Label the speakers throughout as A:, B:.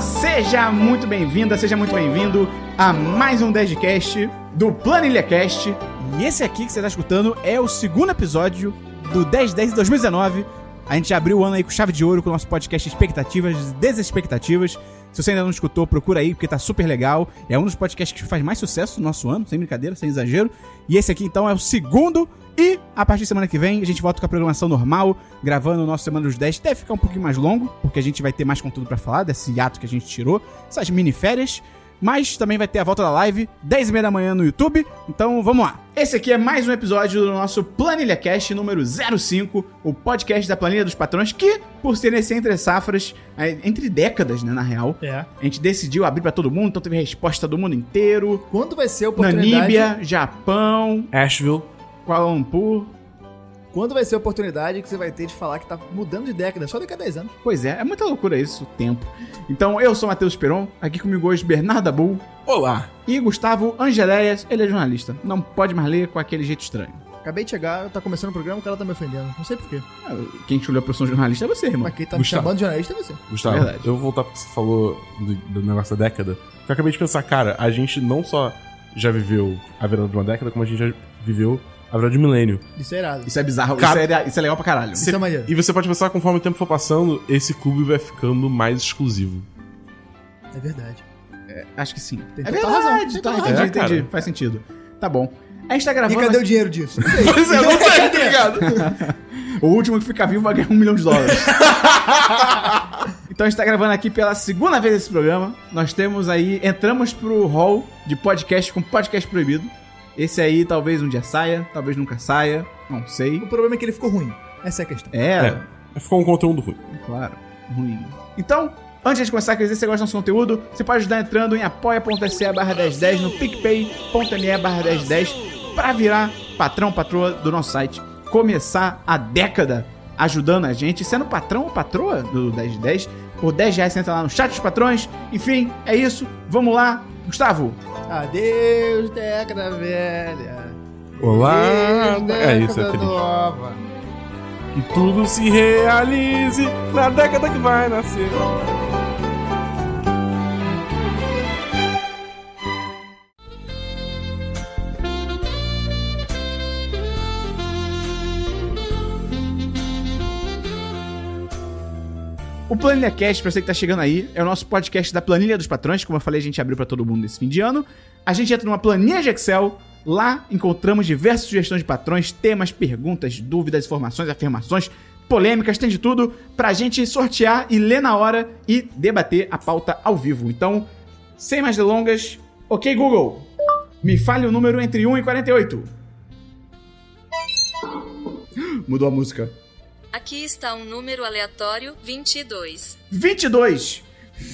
A: Seja muito bem-vinda, seja muito bem-vindo a mais um 10 de cast do PlanilhaCast. E esse aqui que você tá escutando é o segundo episódio do 1010 de 2019. A gente abriu o ano aí com chave de ouro com o nosso podcast Expectativas, Desexpectativas. Se você ainda não escutou, procura aí, porque tá super legal. É um dos podcasts que faz mais sucesso no nosso ano, sem brincadeira, sem exagero. E esse aqui, então, é o segundo. E a partir de semana que vem, a gente volta com a programação normal, gravando o nosso Semana dos 10. Deve ficar um pouquinho mais longo, porque a gente vai ter mais conteúdo pra falar desse hiato que a gente tirou, essas mini férias. Mas também vai ter a volta da live, 10 e meia da manhã no YouTube. Então vamos lá. Esse aqui é mais um episódio do nosso Planilha Cast número 05, o podcast da Planilha dos Patrões, que, por ser nesse entre safras, é, entre décadas, né, na real,
B: É.
A: a gente decidiu abrir pra todo mundo, então teve resposta do mundo inteiro.
B: Quando vai ser a oportunidade?
A: Namíbia, Japão,
C: Asheville.
A: Kuala Lumpur.
B: Quando vai ser a oportunidade que você vai ter de falar que tá mudando de década, só daqui a 10 anos?
A: Pois é, é muita loucura isso, o tempo. Então, eu sou Matheus Peron, aqui comigo hoje Bernardo Bull
C: Olá.
A: e Gustavo Angeléias, ele é jornalista. Não pode mais ler com aquele jeito estranho.
B: Acabei de chegar, tá começando o programa, o cara tá me ofendendo. Não sei porquê.
A: Ah, Quem chulou a profissão de jornalista é você, irmão.
B: Mas quem tá
C: Gustavo.
B: me chamando de jornalista é você.
C: Gustavo,
A: Verdade.
C: eu vou voltar porque você falou do, do negócio da década. Que eu acabei de pensar, cara, a gente não só já viveu a virada de uma década, como a gente já viveu a virada de um milênio.
B: Isso é irado.
A: Isso é bizarro,
C: Cara-
A: isso, é, isso é legal pra caralho.
B: Isso é maneiro.
C: E você pode pensar, conforme o tempo for passando, esse clube vai ficando mais exclusivo.
B: É verdade.
A: Acho que sim.
B: Tem
A: é
B: total
A: verdade,
B: razão, tem
A: tá,
B: total
A: entendi,
C: razão. É,
A: entendi.
C: cara.
A: Faz sentido. Tá bom. A gente tá
B: E
A: gravando.
B: cadê o dinheiro disso?
C: Pois é, não sei, tá ligado?
A: O último que ficar vivo vai ganhar um milhão de dólares. então a gente tá gravando aqui pela segunda vez esse programa. Nós temos aí. Entramos pro hall de podcast com podcast proibido. Esse aí talvez um dia saia, talvez nunca saia. Não sei.
B: o problema é que ele ficou ruim. Essa é a questão.
A: é.
C: Ficou um conteúdo ruim.
A: Claro, ruim. Então, antes de começar a crescer, se você gosta do nosso conteúdo, você pode ajudar entrando em apoia.se barra 1010 no picpay.me barra 1010 pra virar patrão, patroa do nosso site. Começar a década ajudando a gente, sendo patrão ou patroa do 1010. Por 10 reais você entra lá no chat dos patrões. Enfim, é isso. Vamos lá. Gustavo,
B: Adeus, década velha.
C: Olá.
B: Adeus,
C: É isso, é
B: década
C: triste.
B: nova.
C: Que tudo se realize na década que vai nascer.
A: O Planilha Cast, pra você que tá chegando aí, é o nosso podcast da Planilha dos Patrões. Como eu falei, a gente abriu pra todo mundo nesse fim de ano. A gente entra numa planilha de Excel. Lá encontramos diversas sugestões de patrões, temas, perguntas, dúvidas, informações, afirmações, polêmicas, tem de tudo, pra gente sortear e ler na hora e debater a pauta ao vivo. Então, sem mais delongas, ok, Google? Me fale o número entre 1 e 48. Mudou a música.
D: Aqui está um número aleatório, 22.
A: 22.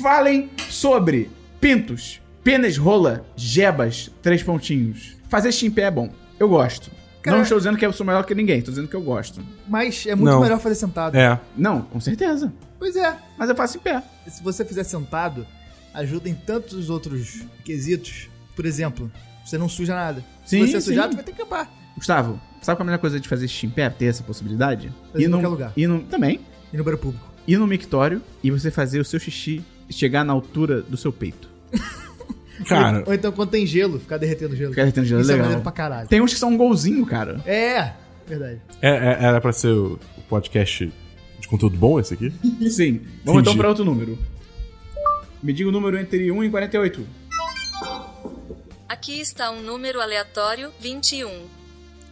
A: Falem sobre pintos, pênis rola, jebas, três pontinhos. Fazer chimpé é bom. Eu gosto.
B: Cara-
A: Não estou dizendo que eu sou melhor que ninguém, estou dizendo que eu gosto.
B: Mas é muito
C: Não.
B: melhor fazer sentado.
C: É.
A: Não, com certeza.
B: Pois é.
A: Mas eu faço em pé.
B: Se você fizer sentado, ajuda em tantos outros quesitos. Por exemplo, você não suja nada.
A: Sim,
B: Se você
A: sim.
B: sujar, tu vai ter que acampar.
A: Gustavo, sabe qual é a melhor coisa de fazer xixi em pé? Ter essa possibilidade?
B: Fazer
A: ir
B: em
A: num-
B: qualquer lugar.
A: Ir num, também.
B: E no banheiro público.
A: Ir no mictório e você fazer o seu xixi chegar na altura do seu peito.
C: Cara,
B: Ou então quando tem gelo, ficar derretendo gelo.
A: Ficar derretendo gelo é
B: Isso
A: legal.
B: é maneiro pra caralho.
A: Tem uns que são um golzinho, cara.
B: É, verdade.
C: é- é- era pra ser o o podcast de conteúdo bom esse aqui?
A: Sim. Vamos então
C: Entendi.
A: para outro número. Me diga o número entre 1 e 48.
D: Aqui está um número aleatório, 21.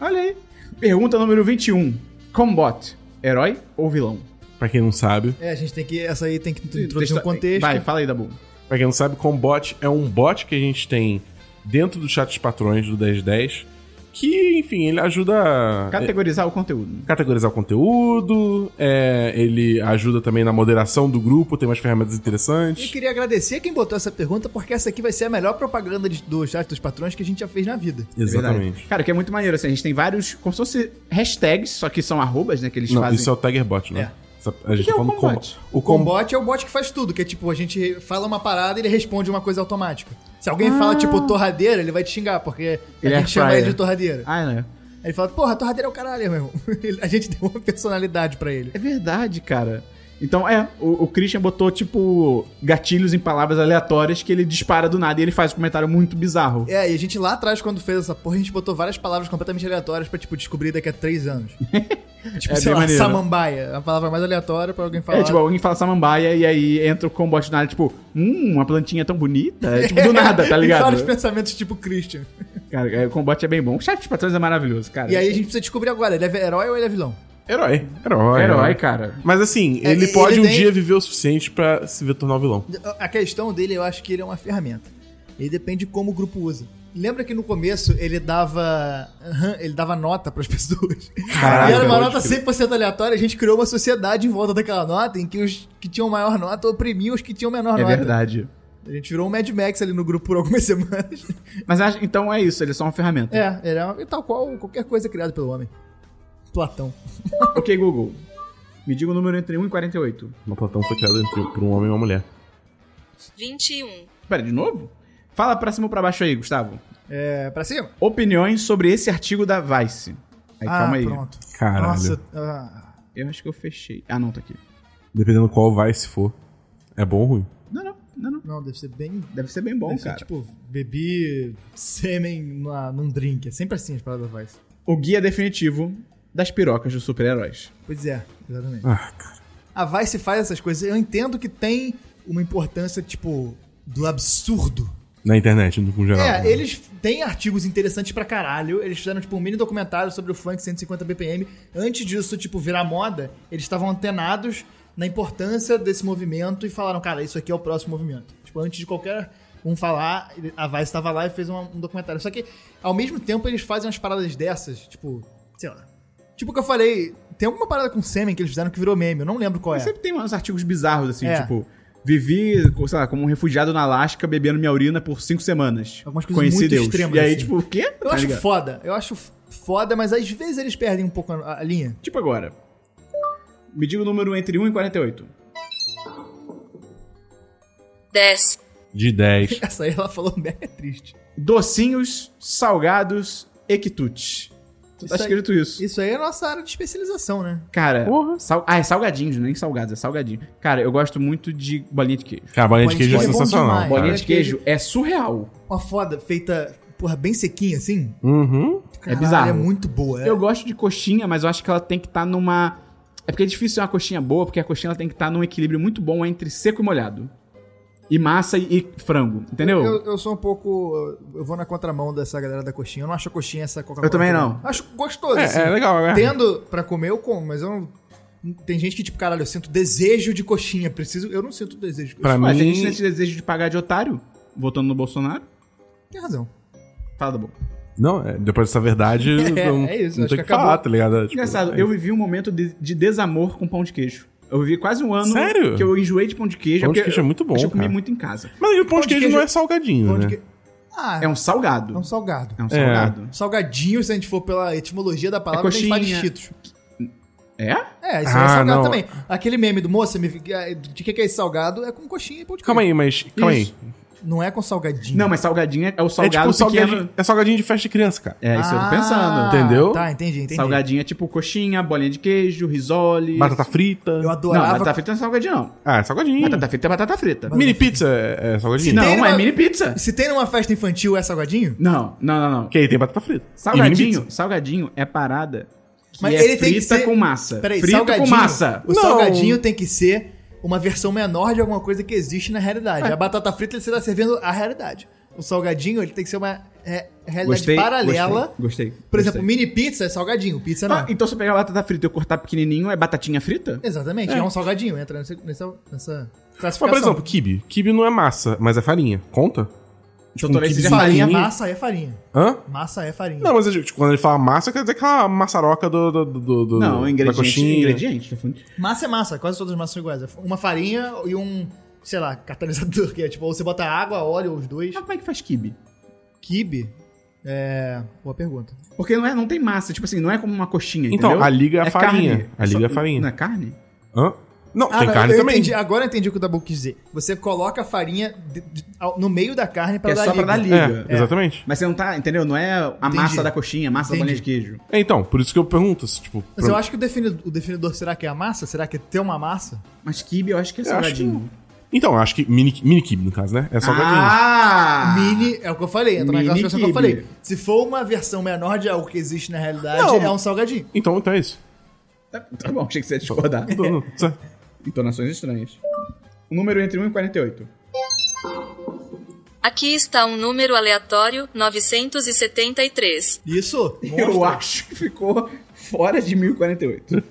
A: Olha aí. Pergunta número 21. Combot, herói ou vilão?
C: Pra quem não sabe,
B: É, a gente tem que. Essa aí tem que introduzir
A: Texto-
B: um contexto.
A: Vai, fala aí, Dabu.
C: Pra quem não sabe, Combot é um bot que a gente tem dentro do chat dos patrões do 1010, que, enfim, ele ajuda a
A: Categorizar o conteúdo.
C: categorizar o conteúdo, é, ele ajuda também na moderação do grupo, tem umas ferramentas
B: Eu
C: interessantes.
B: queria agradecer quem botou essa pergunta, porque essa aqui vai ser a melhor propaganda de- do chat dos patrões que a gente já fez na vida.
A: Verdade. Cara, que é muito maneiro, assim, a gente tem vários, como se fosse hashtags, só que são arrobas, né, que eles
C: Não,
A: fazem.
C: isso é o Tigerbot, né? Essa- A gente
A: que é
C: tá
A: o
C: falando
A: Combot?
C: Combot. O
B: O
C: Combot.
B: combot é o bot que faz tudo, que é tipo, a gente fala uma parada e ele responde uma coisa automática. Se alguém fala, tipo, torradeira, ele vai te xingar, porque
A: Ah. Ele
B: a
A: é
B: gente chama
A: fryer.
B: ele de torradeira.
A: Ah, não é.
B: Aí ele fala, porra, torradeira é o caralho, meu irmão. Ele- A gente deu uma personalidade pra ele.
A: É verdade, cara. Então, é, o, o Christian botou, tipo, gatilhos em palavras aleatórias que ele dispara do nada e ele faz um comentário muito bizarro.
B: É, e a gente lá atrás, quando fez essa porra, a gente botou várias palavras completamente aleatórias pra, tipo, descobrir daqui a três anos. tipo,
A: É
B: sei
A: bem
B: lá,
A: maneiro.
B: samambaia. A palavra mais aleatória pra alguém falar.
A: É, tipo, alguém fala samambaia e aí entra o combate na área, tipo, hum, uma plantinha tão bonita. É, tipo, do nada, tá
B: E vários
A: ligado?
B: pensamentos tipo Christian.
A: Cara, é, o combate é bem bom. O chat de patrões é maravilhoso, cara.
B: E aí a gente precisa descobrir agora, ele é herói ou ele é vilão?
C: Herói. Herói.
A: É um
C: né?
A: Herói, cara.
C: Mas assim,
B: É,
C: ele
B: ele
C: pode um
B: tem-
C: dia viver o suficiente pra se ver tornar um vilão.
B: A questão dele, eu acho que ele é uma ferramenta. Ele depende de como o grupo usa. Lembra que no começo ele dava aham, ele dava nota pras pessoas.
C: Caralho,
B: e era uma
C: pode
B: nota 100% aleatória, a gente criou uma sociedade em volta daquela nota em que os que tinham maior nota oprimiam os que tinham menor
A: É
B: nota.
A: verdade.
B: A gente virou um Mad Max ali no grupo por algumas semanas.
A: Mas acho- então é isso, ele é só uma ferramenta.
B: É, ele é uma- tal qual qualquer coisa criada pelo homem. Platão.
A: Ok, Google. Me diga o número entre 1 e 48.
C: Uma Platão foi criada entre, por um homem e uma mulher.
D: 21.
A: Pera, de novo? Fala pra cima ou pra baixo aí, Gustavo.
B: É, pra cima?
A: Opiniões sobre esse artigo da Vice. Aí, calma aí.
B: Ah, pronto.
C: Caralho.
B: Nossa, ah,
A: Eu acho que eu fechei. Ah, não, tá aqui.
C: Dependendo qual vai, se for. É bom ou ruim?
A: Não, não, não, não.
B: não, deve ser bem
A: Deve ser bem bom,
B: Deve ser,
A: cara.
B: tipo, bebi sêmen na- num drink. É sempre assim as paradas da Vice.
A: O guia definitivo das pirocas dos super-heróis.
B: Pois é, exatamente.
C: Ah, cara.
B: A Vice faz essas coisas. Eu entendo que tem uma importância, tipo, do absurdo.
C: Na internet, no com geral.
B: É,
C: né?
B: eles têm artigos interessantes pra caralho. Eles fizeram, tipo, um mini documentário sobre o funk 150 BPM. Antes disso, tipo, virar moda, eles estavam antenados na importância desse movimento e falaram, cara, isso aqui é o próximo movimento. Tipo, antes de qualquer um falar, ele- a Vice estava lá e fez uma- um documentário. Só que, ao mesmo tempo, eles fazem umas paradas dessas, tipo, sei lá. Tipo o que eu falei, tem alguma parada com sêmen que eles fizeram que virou meme, eu não lembro qual é.
A: Sempre tem uns artigos bizarros, assim,
B: É.
A: tipo... Vivi, sei lá, como um refugiado na Alasca, bebendo minha urina por cinco semanas.
B: Algumas coisas
A: Conheci
B: muito
A: Deus.
B: extremas,
A: E aí,
B: assim.
A: tipo, o quê?
B: Eu
A: Tá
B: acho
A: ligado?
B: foda, eu acho foda, mas às vezes eles perdem um pouco a- a linha.
A: Tipo agora. Me diga o número entre 1 e 48.
D: 10.
C: De 10.
B: Essa aí ela falou mega triste.
A: Docinhos, salgados e quitutes. Tá
B: Isso aí-
A: escrito isso.
B: Isso aí é a nossa área de especialização, né?
A: Cara,
C: Porra.
A: sal- ah, é salgadinhos, nem salgados, é salgadinho. Cara, eu gosto muito de bolinha de queijo.
C: Cara, bolinha de
B: Bolinha de
C: queijo é
B: queijo é bom
C: sensacional.
B: demais.
A: Bolinha
C: Cara.
A: de queijo é surreal.
B: Uma foda feita, porra, bem sequinha assim.
C: Uhum.
B: Caralho,
A: bizarro.
B: É muito boa. É.
A: Eu gosto de coxinha, mas eu acho que ela tem que estar numa. É porque é difícil ser uma coxinha boa, porque a coxinha ela tem que estar num equilíbrio muito bom entre seco e molhado. E massa e, e frango, entendeu?
B: Eu, eu sou um pouco. Eu vou na contramão dessa galera da coxinha. Eu não acho a coxinha essa Coca-Cola.
A: Eu também não.
B: Acho gostoso. assim.
C: É, é legal, né?
B: Tendo pra comer, eu como, mas eu não. Tem gente que, tipo, caralho, eu sinto desejo de coxinha. Preciso. Eu não sinto desejo de coxinha.
C: Pra
A: Mas tem gente
C: mim.
A: que tem desejo de pagar de otário, votando no Bolsonaro.
B: Tem razão.
A: Fala da boca.
C: Não, é, depois dessa verdade,
B: É,
C: não,
B: é isso,
C: não
B: acho
C: tem
B: que
C: que, falar,
B: acabou.
C: tá ligado? É, tipo,
A: Engraçado,
C: é
A: eu vivi um momento de, de desamor com pão de queijo. Eu vivi quase um ano
C: Sério?
A: que eu enjoei de pão de queijo.
C: Pão de
A: porque
C: queijo é muito bom,
A: Eu, eu comi
C: cara.
A: muito em casa.
C: Mas o pão de queijo não é salgadinho,
B: Pão de
C: né?
B: que- Ah,
A: É um salgado.
B: é um salgado.
A: É um salgado.
B: Salgadinho, se a gente for pela etimologia da palavra, tem
A: coxinha.
B: faz de cheetos.
A: É?
B: É, isso aí é
C: Ah,
B: salgado
C: não.
B: também. Aquele meme do moça, me- de que que é esse salgado? É com coxinha e pão de
C: Calma aí, mas. Calma aí. tipo
A: Isso.
B: Não é com salgadinho.
A: Não, mas salgadinho é- é o
C: É
A: salgado
C: tipo salgadinho,
A: pequeno.
C: é salgadinho de festa de criança, cara.
A: É, isso eu tô
B: Ah,
A: pensando.
C: Entendeu?
B: Tá, entendi, entendi.
A: Salgadinho é tipo coxinha, bolinha de queijo, risole.
C: Batata frita.
B: Eu
A: Não,
B: adorava.
A: batata frita não é salgadinho, não.
C: Ah, é salgadinho.
A: Batata frita é batata frita.
C: Mini pizza é, é salgadinho.
A: Não,
B: tem
A: é
B: uma-
A: mini pizza.
B: Se tem numa festa infantil, é salgadinho?
A: Não, não, não, não.
C: Porque aí tem batata frita. E mini pizza.
A: Salgadinho, salgadinho é parada que
B: Mas
A: é
B: ele
A: frita
B: tem que ser-
A: com massa.
B: Peraí,
A: frita
B: salgadinho. é
A: com massa.
B: O
C: Não.
B: salgadinho tem que ser uma versão menor de alguma coisa que existe na
C: É.
B: realidade. A batata frita ele está servindo a realidade. O salgadinho ele tem que ser uma é, realidade paralela.
A: Gostei. gostei,
B: Por
A: gostei.
B: exemplo, mini pizza é salgadinho, pizza não.
A: Ah, então se eu pegar a batata frita e eu cortar pequenininho, é batatinha frita?
B: Exatamente, é. um salgadinho, entra nessa, nessa, nessa
C: Mas,
B: classificação.
C: por exemplo, kibe. Kibe não é massa, mas é farinha. Conta? Tipo,
A: toda vez
C: quibe
A: que
C: de
A: fizer
B: farinha,
A: Então farinha-
B: massa é farinha.
C: Hã?
B: Massa é farinha.
C: Não, mas eu digo, tipo, quando ele fala massa, quer dizer aquela maçaroca do, do, do, do-
A: Não,
C: da
A: ingrediente.
C: coxinha. Tá
A: Ingrediente, tô falando.
B: Massa é massa, quase todas as massas são iguais. É Uma farinha e um, sei lá, catalisador, que é tipo, ou você bota água, óleo, os dois.
A: Ah, como é que faz kibe?
B: Kibe é. Boa pergunta.
A: Porque não, é, não tem massa, tipo assim, não é como uma coxinha,
C: Então,
A: entendeu?
C: a liga é a farinha. A liga é a
A: só-
C: farinha.
A: Não é carne?
C: Hã? Não,
B: Ah,
C: tem
B: não,
C: carne
B: eu
C: também.
B: entendi. Agora eu entendi o que o Dabu quis dizer. Você coloca a farinha de- de- ao- no meio da carne pra
A: Que é
B: dar
A: só pra
B: liga.
A: dar liga.
C: É, exatamente.
A: Mas você não tá, entendeu? Não é a massa da coxinha, a massa da
B: Entendi.
A: bolinha de queijo.
C: É, então, por isso que eu pergunto, se, tipo...
B: Mas eu acho que o definidor, o definidor será que é a massa? Será que é ter uma massa?
A: Mas kibe eu acho que é
C: Eu acho que
A: salgadinho.
C: Então, eu acho que mini, mini kibe, no caso, né? É só ah,
A: Ah!
B: Mini, é o que eu falei, entra na
A: Mini
B: classificação que eu
A: quibe.
B: falei. Se for uma versão menor de algo que existe na realidade,
C: Não.
B: é um salgadinho.
C: Então, então é isso. Então,
A: Tá, tá bom, achei que você ia discordar.
C: Não, não, certo.
A: Entonações estranhas. Um número entre 1 e 48.
D: Aqui está um número aleatório, 973.
B: Isso,
A: Eu
B: monstro.
A: acho que ficou fora de 1048.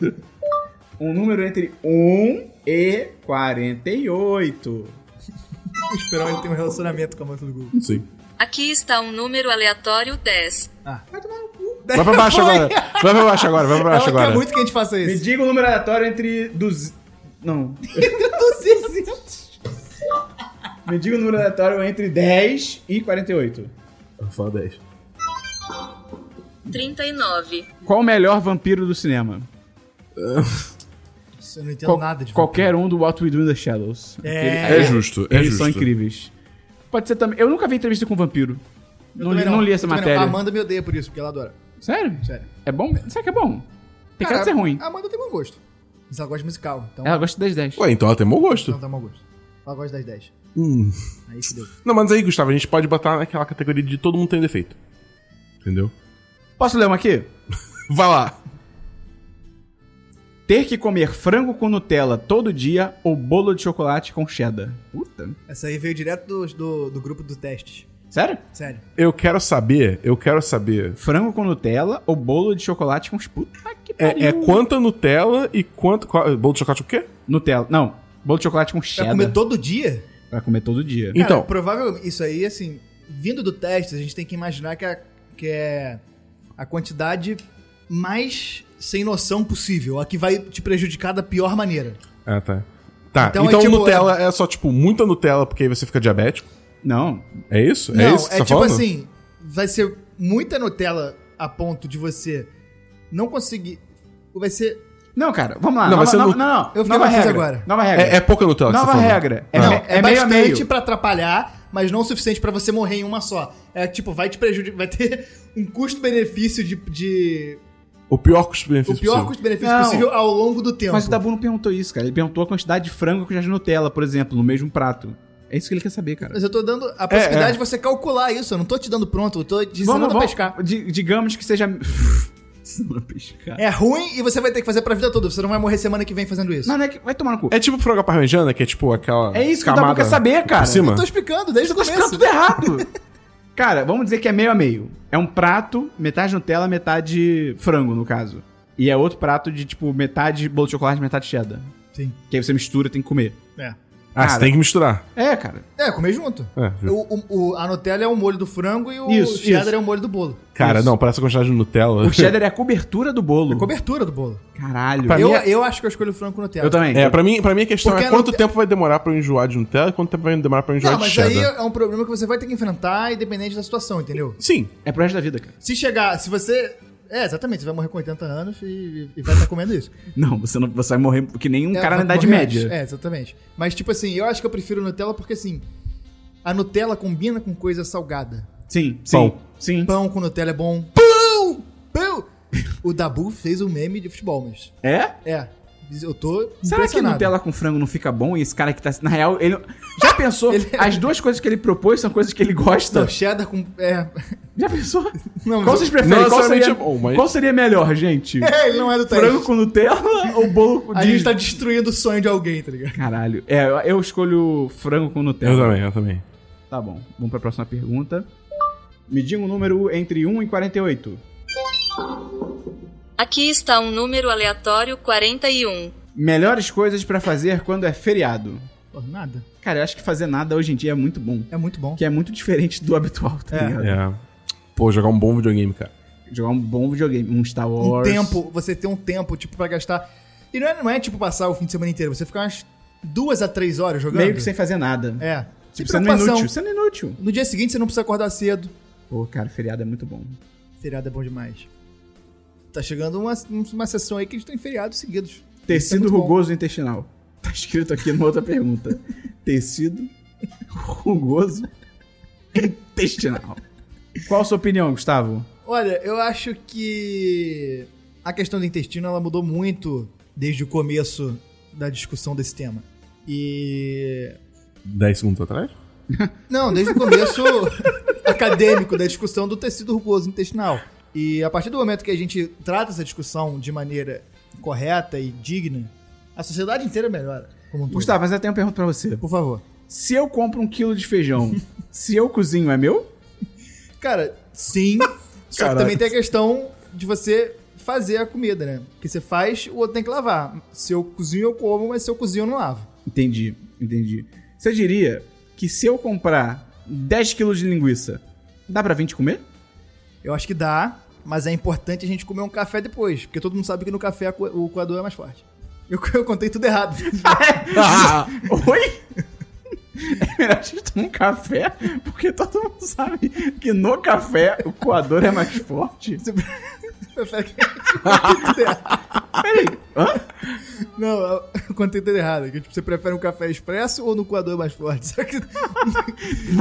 A: um número entre 1 e 48.
B: O Esperão ele tem um relacionamento com a mãe do Google.
C: Não sei.
D: Aqui está um número aleatório, 10.
C: Vai pra baixo agora. Vai pra baixo agora, vai pra
B: Ela
C: baixo agora.
B: quer muito que a gente faça
A: Me
B: isso.
A: diga um número aleatório entre. Duz... Não. Me diga um número aleatório entre 10 e 48.
C: Fala 10.
D: 39.
A: Qual o melhor vampiro do cinema?
B: Isso, eu não entendo
A: Qual-
B: nada de
A: qualquer um do What We Do in the Shadows.
B: É.
A: Aquele-
C: É justo, é
A: Eles
C: justo.
A: são incríveis. Pode ser também. Eu nunca vi entrevista com um vampiro. Não li,
B: Também
A: não li essa
B: também não.
A: matéria.
B: A Amanda me odeia por isso, porque ela adora.
A: Sério?
B: Sério.
A: É bom? Será que é bom? Tem cara de ser ruim. É
B: A Amanda tem bom gosto. Mas ela gosta de musical, então
A: Ela gosta das 10.
C: Ué, então ela tem bom
B: não
C: gosto.
B: tem mau gosto. Ela gosta das 10.
C: Hum.
B: Aí se deu.
C: Não, mas aí, Gustavo, a gente pode botar naquela categoria de todo mundo tem defeito. Entendeu?
A: Posso ler uma aqui?
C: Vai lá.
A: Ter que comer frango com Nutella todo dia ou bolo de chocolate com cheddar. Puta.
B: Essa aí veio direto do, do, do grupo do teste.
A: Sério?
B: Sério.
C: Eu quero saber, eu quero saber.
A: Frango com Nutella ou bolo de chocolate com. Puta que pariu.
C: É, é quanta Nutella e quanto. qual- bolo de chocolate o quê?
A: Nutella. Não. Bolo de chocolate com
B: Pra
A: cheddar.
B: comer todo dia?
A: Pra comer todo dia.
C: Então.
B: Cara, provavelmente isso aí, assim, vindo do teste, a gente tem que imaginar que, é- que é a quantidade mais sem noção possível, a que vai te prejudicar da pior maneira.
C: Ah, tá. Tá,
B: Então
C: então,
B: é tipo-
C: Nutella é... só, tipo, muita Nutella, porque aí você fica diabético.
A: Não.
C: É isso?
B: Não,
C: é
B: é,
C: isso que você tá
B: tipo
C: falando?
B: assim, vai ser muita Nutella a ponto de você não conseguir. Vai ser.
A: Não, cara, vamos lá.
C: Não,
A: nova,
C: vai ser
A: nova,
C: nu-
A: não, não.
B: Eu fiquei
A: nova
B: confuso
A: regra.
B: agora.
A: Nova regra.
C: É, é pouca Nutella que
A: Nova
C: você tá falando.
A: regra. É,
B: não,
A: me-
B: é,
A: é meio a
B: bastante
A: meio.
B: pra atrapalhar, mas não o suficiente pra você morrer em uma só. É tipo, vai te prejudicar, vai ter um custo-benefício de, de-
C: O pior custo-benefício
B: O pior
C: possível.
B: custo-benefício
A: Não.
B: possível ao longo do tempo.
A: Mas o Dabu não perguntou isso, cara. Ele perguntou a quantidade de frango com de Nutella, por exemplo, no mesmo prato. É isso que ele quer saber, cara.
B: Mas eu tô dando a possibilidade de você calcular isso. Eu não tô te dando pronto, eu tô te ensinando a pescar.
A: di- digamos que seja. Ensinando a pescar.
B: É ruim e você vai ter que fazer pra vida toda. Você não vai morrer semana que vem fazendo isso.
A: Não, não é que. Vai tomar no cu.
C: É tipo frango à parmegiana, que é tipo aquela.
A: É isso que o
C: camada
A: Dabu quer saber, cara.
C: Por cima.
B: Eu tô explicando desde o
A: Tá ficando
B: começo.
A: tudo errado. cara, vamos dizer que é meio a meio. É um prato, metade Nutella, metade frango, no caso. E é outro prato de, tipo, metade bolo de chocolate, metade cheddar.
B: Sim.
A: Que aí você mistura, tem que comer.
B: É.
C: Ah,
A: Cara.
C: você tem que misturar.
A: É, cara.
B: É, comer junto.
C: É, viu?
B: O, o- o- a Nutella é o molho do frango e o
A: Isso,
B: cheddar
A: isso.
B: é o molho do bolo.
C: Cara,
A: Isso.
C: não, parece a quantidade de Nutella.
A: O cheddar é a cobertura do bolo.
B: É a cobertura do bolo.
A: Caralho.
C: Pra
B: Eu,
C: mim é-
B: eu acho que eu escolho o frango com Nutella.
A: Eu também.
C: É, pra mim, pra mim a questão
B: Porque
C: é
B: a
C: quanto
B: Nutella-
C: tempo vai demorar pra eu enjoar de Nutella e quanto tempo vai demorar pra eu enjoar
B: Não,
C: de
B: mas
C: cheddar.
B: aí é um problema que você vai ter que enfrentar independente da situação, entendeu?
C: Sim.
A: É pro resto da vida, cara.
B: Se chegar, se você... É, exatamente, você vai morrer com 80 anos e, e vai estar comendo isso.
A: Não, você não você vai morrer que nem um
B: É,
A: cara na
B: vai
A: idade
B: morrer
A: média.
B: antes. É, exatamente. Mas, tipo assim, eu acho que eu prefiro Nutella porque, assim, a Nutella combina com coisa salgada.
A: Sim, sim.
C: Pão.
A: Sim.
B: Pão com Nutella é bom. Pão! Pão! O Dabu fez um meme de futebol, mas...
A: É?
B: É, eu tô
A: Será que
B: impressionado.
A: Nutella com frango não fica bom e esse cara que tá. Na real, ele. Já pensou?
B: Ele- é-
A: As duas coisas que ele propôs são coisas que ele gosta.
B: Não, cheddar com... É...
A: Já pensou?
B: Não,
A: Qual
B: mas-
A: vocês preferem?
C: Não
A: qual,
C: necessariamente
A: seria,
C: é bom, mas-
A: qual seria melhor, gente?
B: É, ele não é do teste.
A: frango com Nutella ou bolo
B: A
A: de.
B: gente tá destruindo o sonho de alguém, tá ligado?
A: Caralho. É, eu- eu escolho frango com Nutella.
C: Eu também, eu também.
A: Tá bom. Vamos pra próxima pergunta. Me diga um número entre 1 e 48.
D: Aqui está um número aleatório, 41.
A: Melhores coisas pra fazer quando é feriado.
B: Pô, nada.
A: Cara, eu acho que fazer nada hoje em dia é muito bom.
B: É muito bom.
A: Que é muito diferente do habitual, tá
B: É.
A: ligado?
C: É. Pô, jogar um bom videogame, cara.
A: Jogar um bom videogame, um Star
B: Um
A: Wars.
B: tempo, você ter um tempo, tipo, pra gastar. E não é, não é, tipo, passar o fim de semana inteiro. Você ficar umas duas a três horas jogando.
A: Meio que sem fazer nada.
B: É. Sem
A: Tipo, sendo
B: preocupação.
A: inútil. Sendo inútil.
B: No dia seguinte você não precisa acordar cedo.
A: Pô, cara, feriado é muito bom.
B: Feriado é bom demais. Tá chegando uma, uma sessão aí que a gente tem feriados seguidos.
A: Tecido
B: muito bom.
A: rugoso intestinal. Tá escrito aqui numa outra pergunta. Tecido rugoso intestinal. Qual a sua opinião, Gustavo?
B: Olha, eu acho que a questão do intestino ela mudou muito desde o começo da discussão desse tema. E
C: 10 segundos atrás?
B: Não, desde o começo acadêmico da discussão do tecido rugoso intestinal. E a partir do momento que a gente trata essa discussão de maneira correta e digna, a sociedade inteira melhora. Como um todo.
A: Gustavo, mas eu tenho uma pergunta pra você.
B: por favor.
A: Se eu compro um quilo de feijão, se eu cozinho, é meu?
B: Cara, sim. só que
C: Caralho.
B: também tem a questão de você fazer a comida, né? Porque você faz, o outro tem que lavar. Se eu cozinho, eu como, mas se eu cozinho, eu não lavo.
A: Entendi, entendi. Você diria que se eu comprar 10 quilos de linguiça, dá pra 20 comer?
B: Eu acho que dá, mas é importante a gente comer um café depois, porque todo mundo sabe que no café a co- o coador é mais forte. Eu, eu contei tudo errado.
A: Oi? É melhor a gente tomar um café, porque todo mundo sabe que no café o coador é mais forte.
B: Prefere que- Eu contei tudo errado.
A: Peraí, hã?
B: Não, eu- eu contei tudo errado. que, tipo, Você prefere um café expresso ou no coador é mais forte? Só que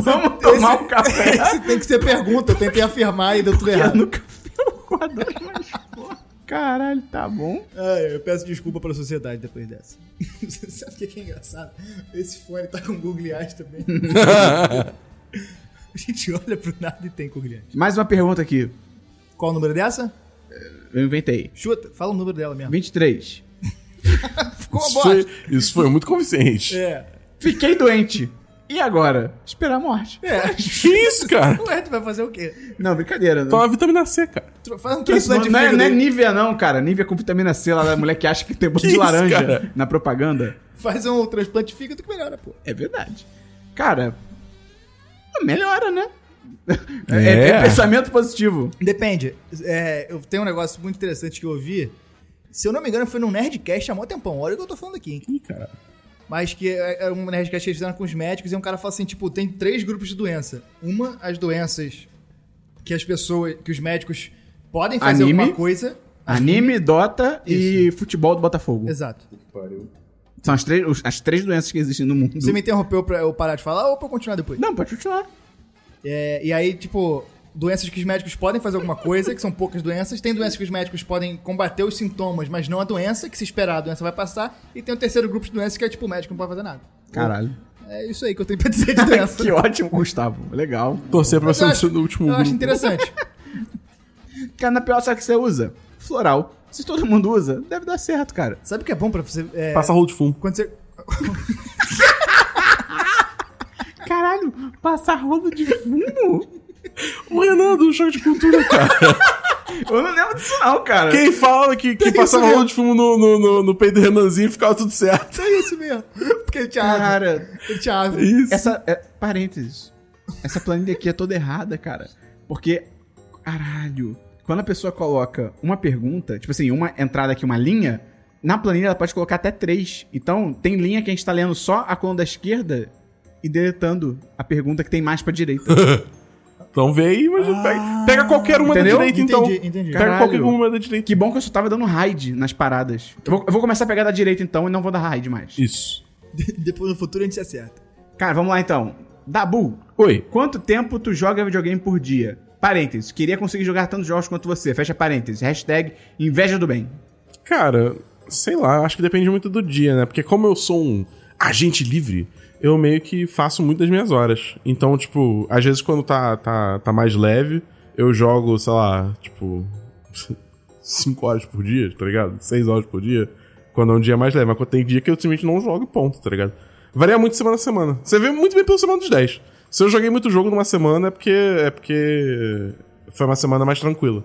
A: Vamos tomar
B: Esse-
A: um café.
B: Esse tem que ser pergunta, eu tentei afirmar e deu tudo
A: Porque
B: errado.
A: no café o coador é mais forte. Caralho, tá bom.
B: Ai, eu peço desculpa pra sociedade depois dessa. Você sabe o que que é engraçado? Esse fone tá com Google Eyes também. A gente olha pro nada e tem Google Eyes.
A: Mais uma pergunta aqui.
B: Qual o número dessa?
A: Eu inventei.
B: Chuta, fala o número dela mesmo.
A: 23.
B: Ficou uma
C: isso,
B: bosta.
C: foi, isso foi muito convincente.
B: É.
A: Fiquei doente. E agora? Esperar a morte.
B: É.
C: Que isso, cara?
B: Ué, tu vai fazer o quê?
A: Não, brincadeira. Não.
C: Toma vitamina C, cara.
B: Tu- Faz um
A: Que isso,
B: transplante
A: mano,
B: de
A: não, é,
B: fígado.
A: não é
B: aí.
A: Nivea não, cara. Nivea é com vitamina C lá da mulher que acha que tem bolo
C: Que
A: de
C: isso,
A: laranja
C: cara?
A: na propaganda.
B: Faz um transplante de fígado que melhora, pô.
A: É verdade. Cara, melhora, né? É,
C: É.
A: é pensamento positivo.
B: Depende. É, eu tenho um negócio muito interessante que eu ouvi. Se eu não me engano, foi num Nerdcast há mó tempão. Olha o que eu tô falando aqui, hein?
C: Ih, cara.
B: Mas que é é um Nerdcast que eles fizeram com os médicos e um cara fala assim, tipo, tem três grupos de doença. Uma, as doenças que as pessoas, que os médicos podem fazer
A: Anime.
B: alguma coisa.
A: Anime, Dota e futebol do Botafogo.
B: Exato.
A: São as três, os- as três doenças que existem no mundo.
B: Você me interrompeu pra eu parar de falar ou pra eu continuar depois?
A: Não, pode continuar.
B: É, e aí, tipo, doenças que os médicos podem fazer alguma coisa, que são poucas doenças. Tem doenças que os médicos podem combater os sintomas, mas não a doença, que se esperar a doença vai passar. E tem o terceiro grupo de doenças que é, tipo, o médico não pode fazer nada.
A: Caralho.
B: É isso aí que eu tenho pra dizer de doença.
A: Que ótimo, Gustavo. Legal.
C: Torcer pra
B: Mas
C: você
B: eu
C: não
B: acho-
C: ser do último
B: eu acho
C: grupo.
B: interessante.
A: Cara, na pior, sabe o que você usa? Floral. Se todo mundo usa, deve dar certo, cara.
B: Sabe o que é bom pra você... é,
C: Passa rolo de fumo.
B: Quando você...
A: Caralho, passar rolo de fumo?
C: O Renan do Choque de Cultura, cara.
A: Eu não lembro disso não, cara.
C: Quem fala que, que passava
B: isso
C: rolo de fumo no, no, no, no peito do Renanzinho ficava tudo certo.
B: É isso mesmo. Porque ele te abre.
A: Cara,
B: Ele te abre.
C: Isso.
A: essa... É, parênteses. Essa planilha aqui é toda errada, cara. Porque, caralho, quando a pessoa coloca uma pergunta, tipo assim, uma entrada aqui, uma linha, na planilha ela pode colocar até três. Então, tem linha que a gente tá lendo só a coluna da esquerda e deletando a pergunta que tem mais pra direita.
C: Então vê aí, mas pega, pega qualquer uma
A: Entendeu?
C: da direita, então.
B: Ah. Entendi, entendi.
C: Pega
A: Caralho.
C: qualquer uma da direita.
A: Que bom que eu só tava dando raid nas paradas. Eu vou, eu vou começar a pegar da direita então e não vou dar raid mais.
C: Isso.
B: Depois no futuro a gente se acerta.
A: Cara, vamos lá então. Dabu,
C: Oi.
A: quanto tempo tu joga videogame por dia? Parênteses, queria conseguir jogar tantos jogos quanto você. Fecha parênteses. Hashtag inveja do bem.
C: Cara, sei lá, acho que depende muito do dia, né? Porque como eu sou um agente livre, eu meio que faço muito das minhas horas. Então, tipo, às vezes quando tá, tá, tá mais leve, eu jogo, sei lá, tipo, 5 horas por dia, tá ligado? 6 horas por dia, quando é um dia mais leve. Mas quando tem dia que eu simplesmente não jogo, ponto, tá ligado? Varia muito semana a semana. Você vê muito bem pela semana dos 10. Se eu joguei muito jogo numa semana, é porque. é porque. Foi uma semana mais tranquila.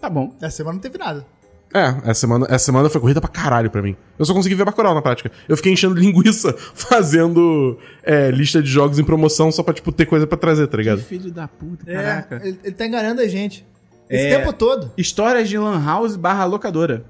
A: Tá bom.
B: Essa semana não teve nada.
C: É, essa semana, essa semana foi corrida pra caralho pra mim. Eu só consegui ver Bacurau na prática. Eu fiquei enchendo linguiça fazendo é, lista de jogos em promoção só pra, tipo, ter coisa pra trazer, tá ligado?
A: Filho da puta,
B: Ele, ele tá enganando a gente. Esse
A: É.
B: tempo todo.
A: Histórias de lan house barra locadora.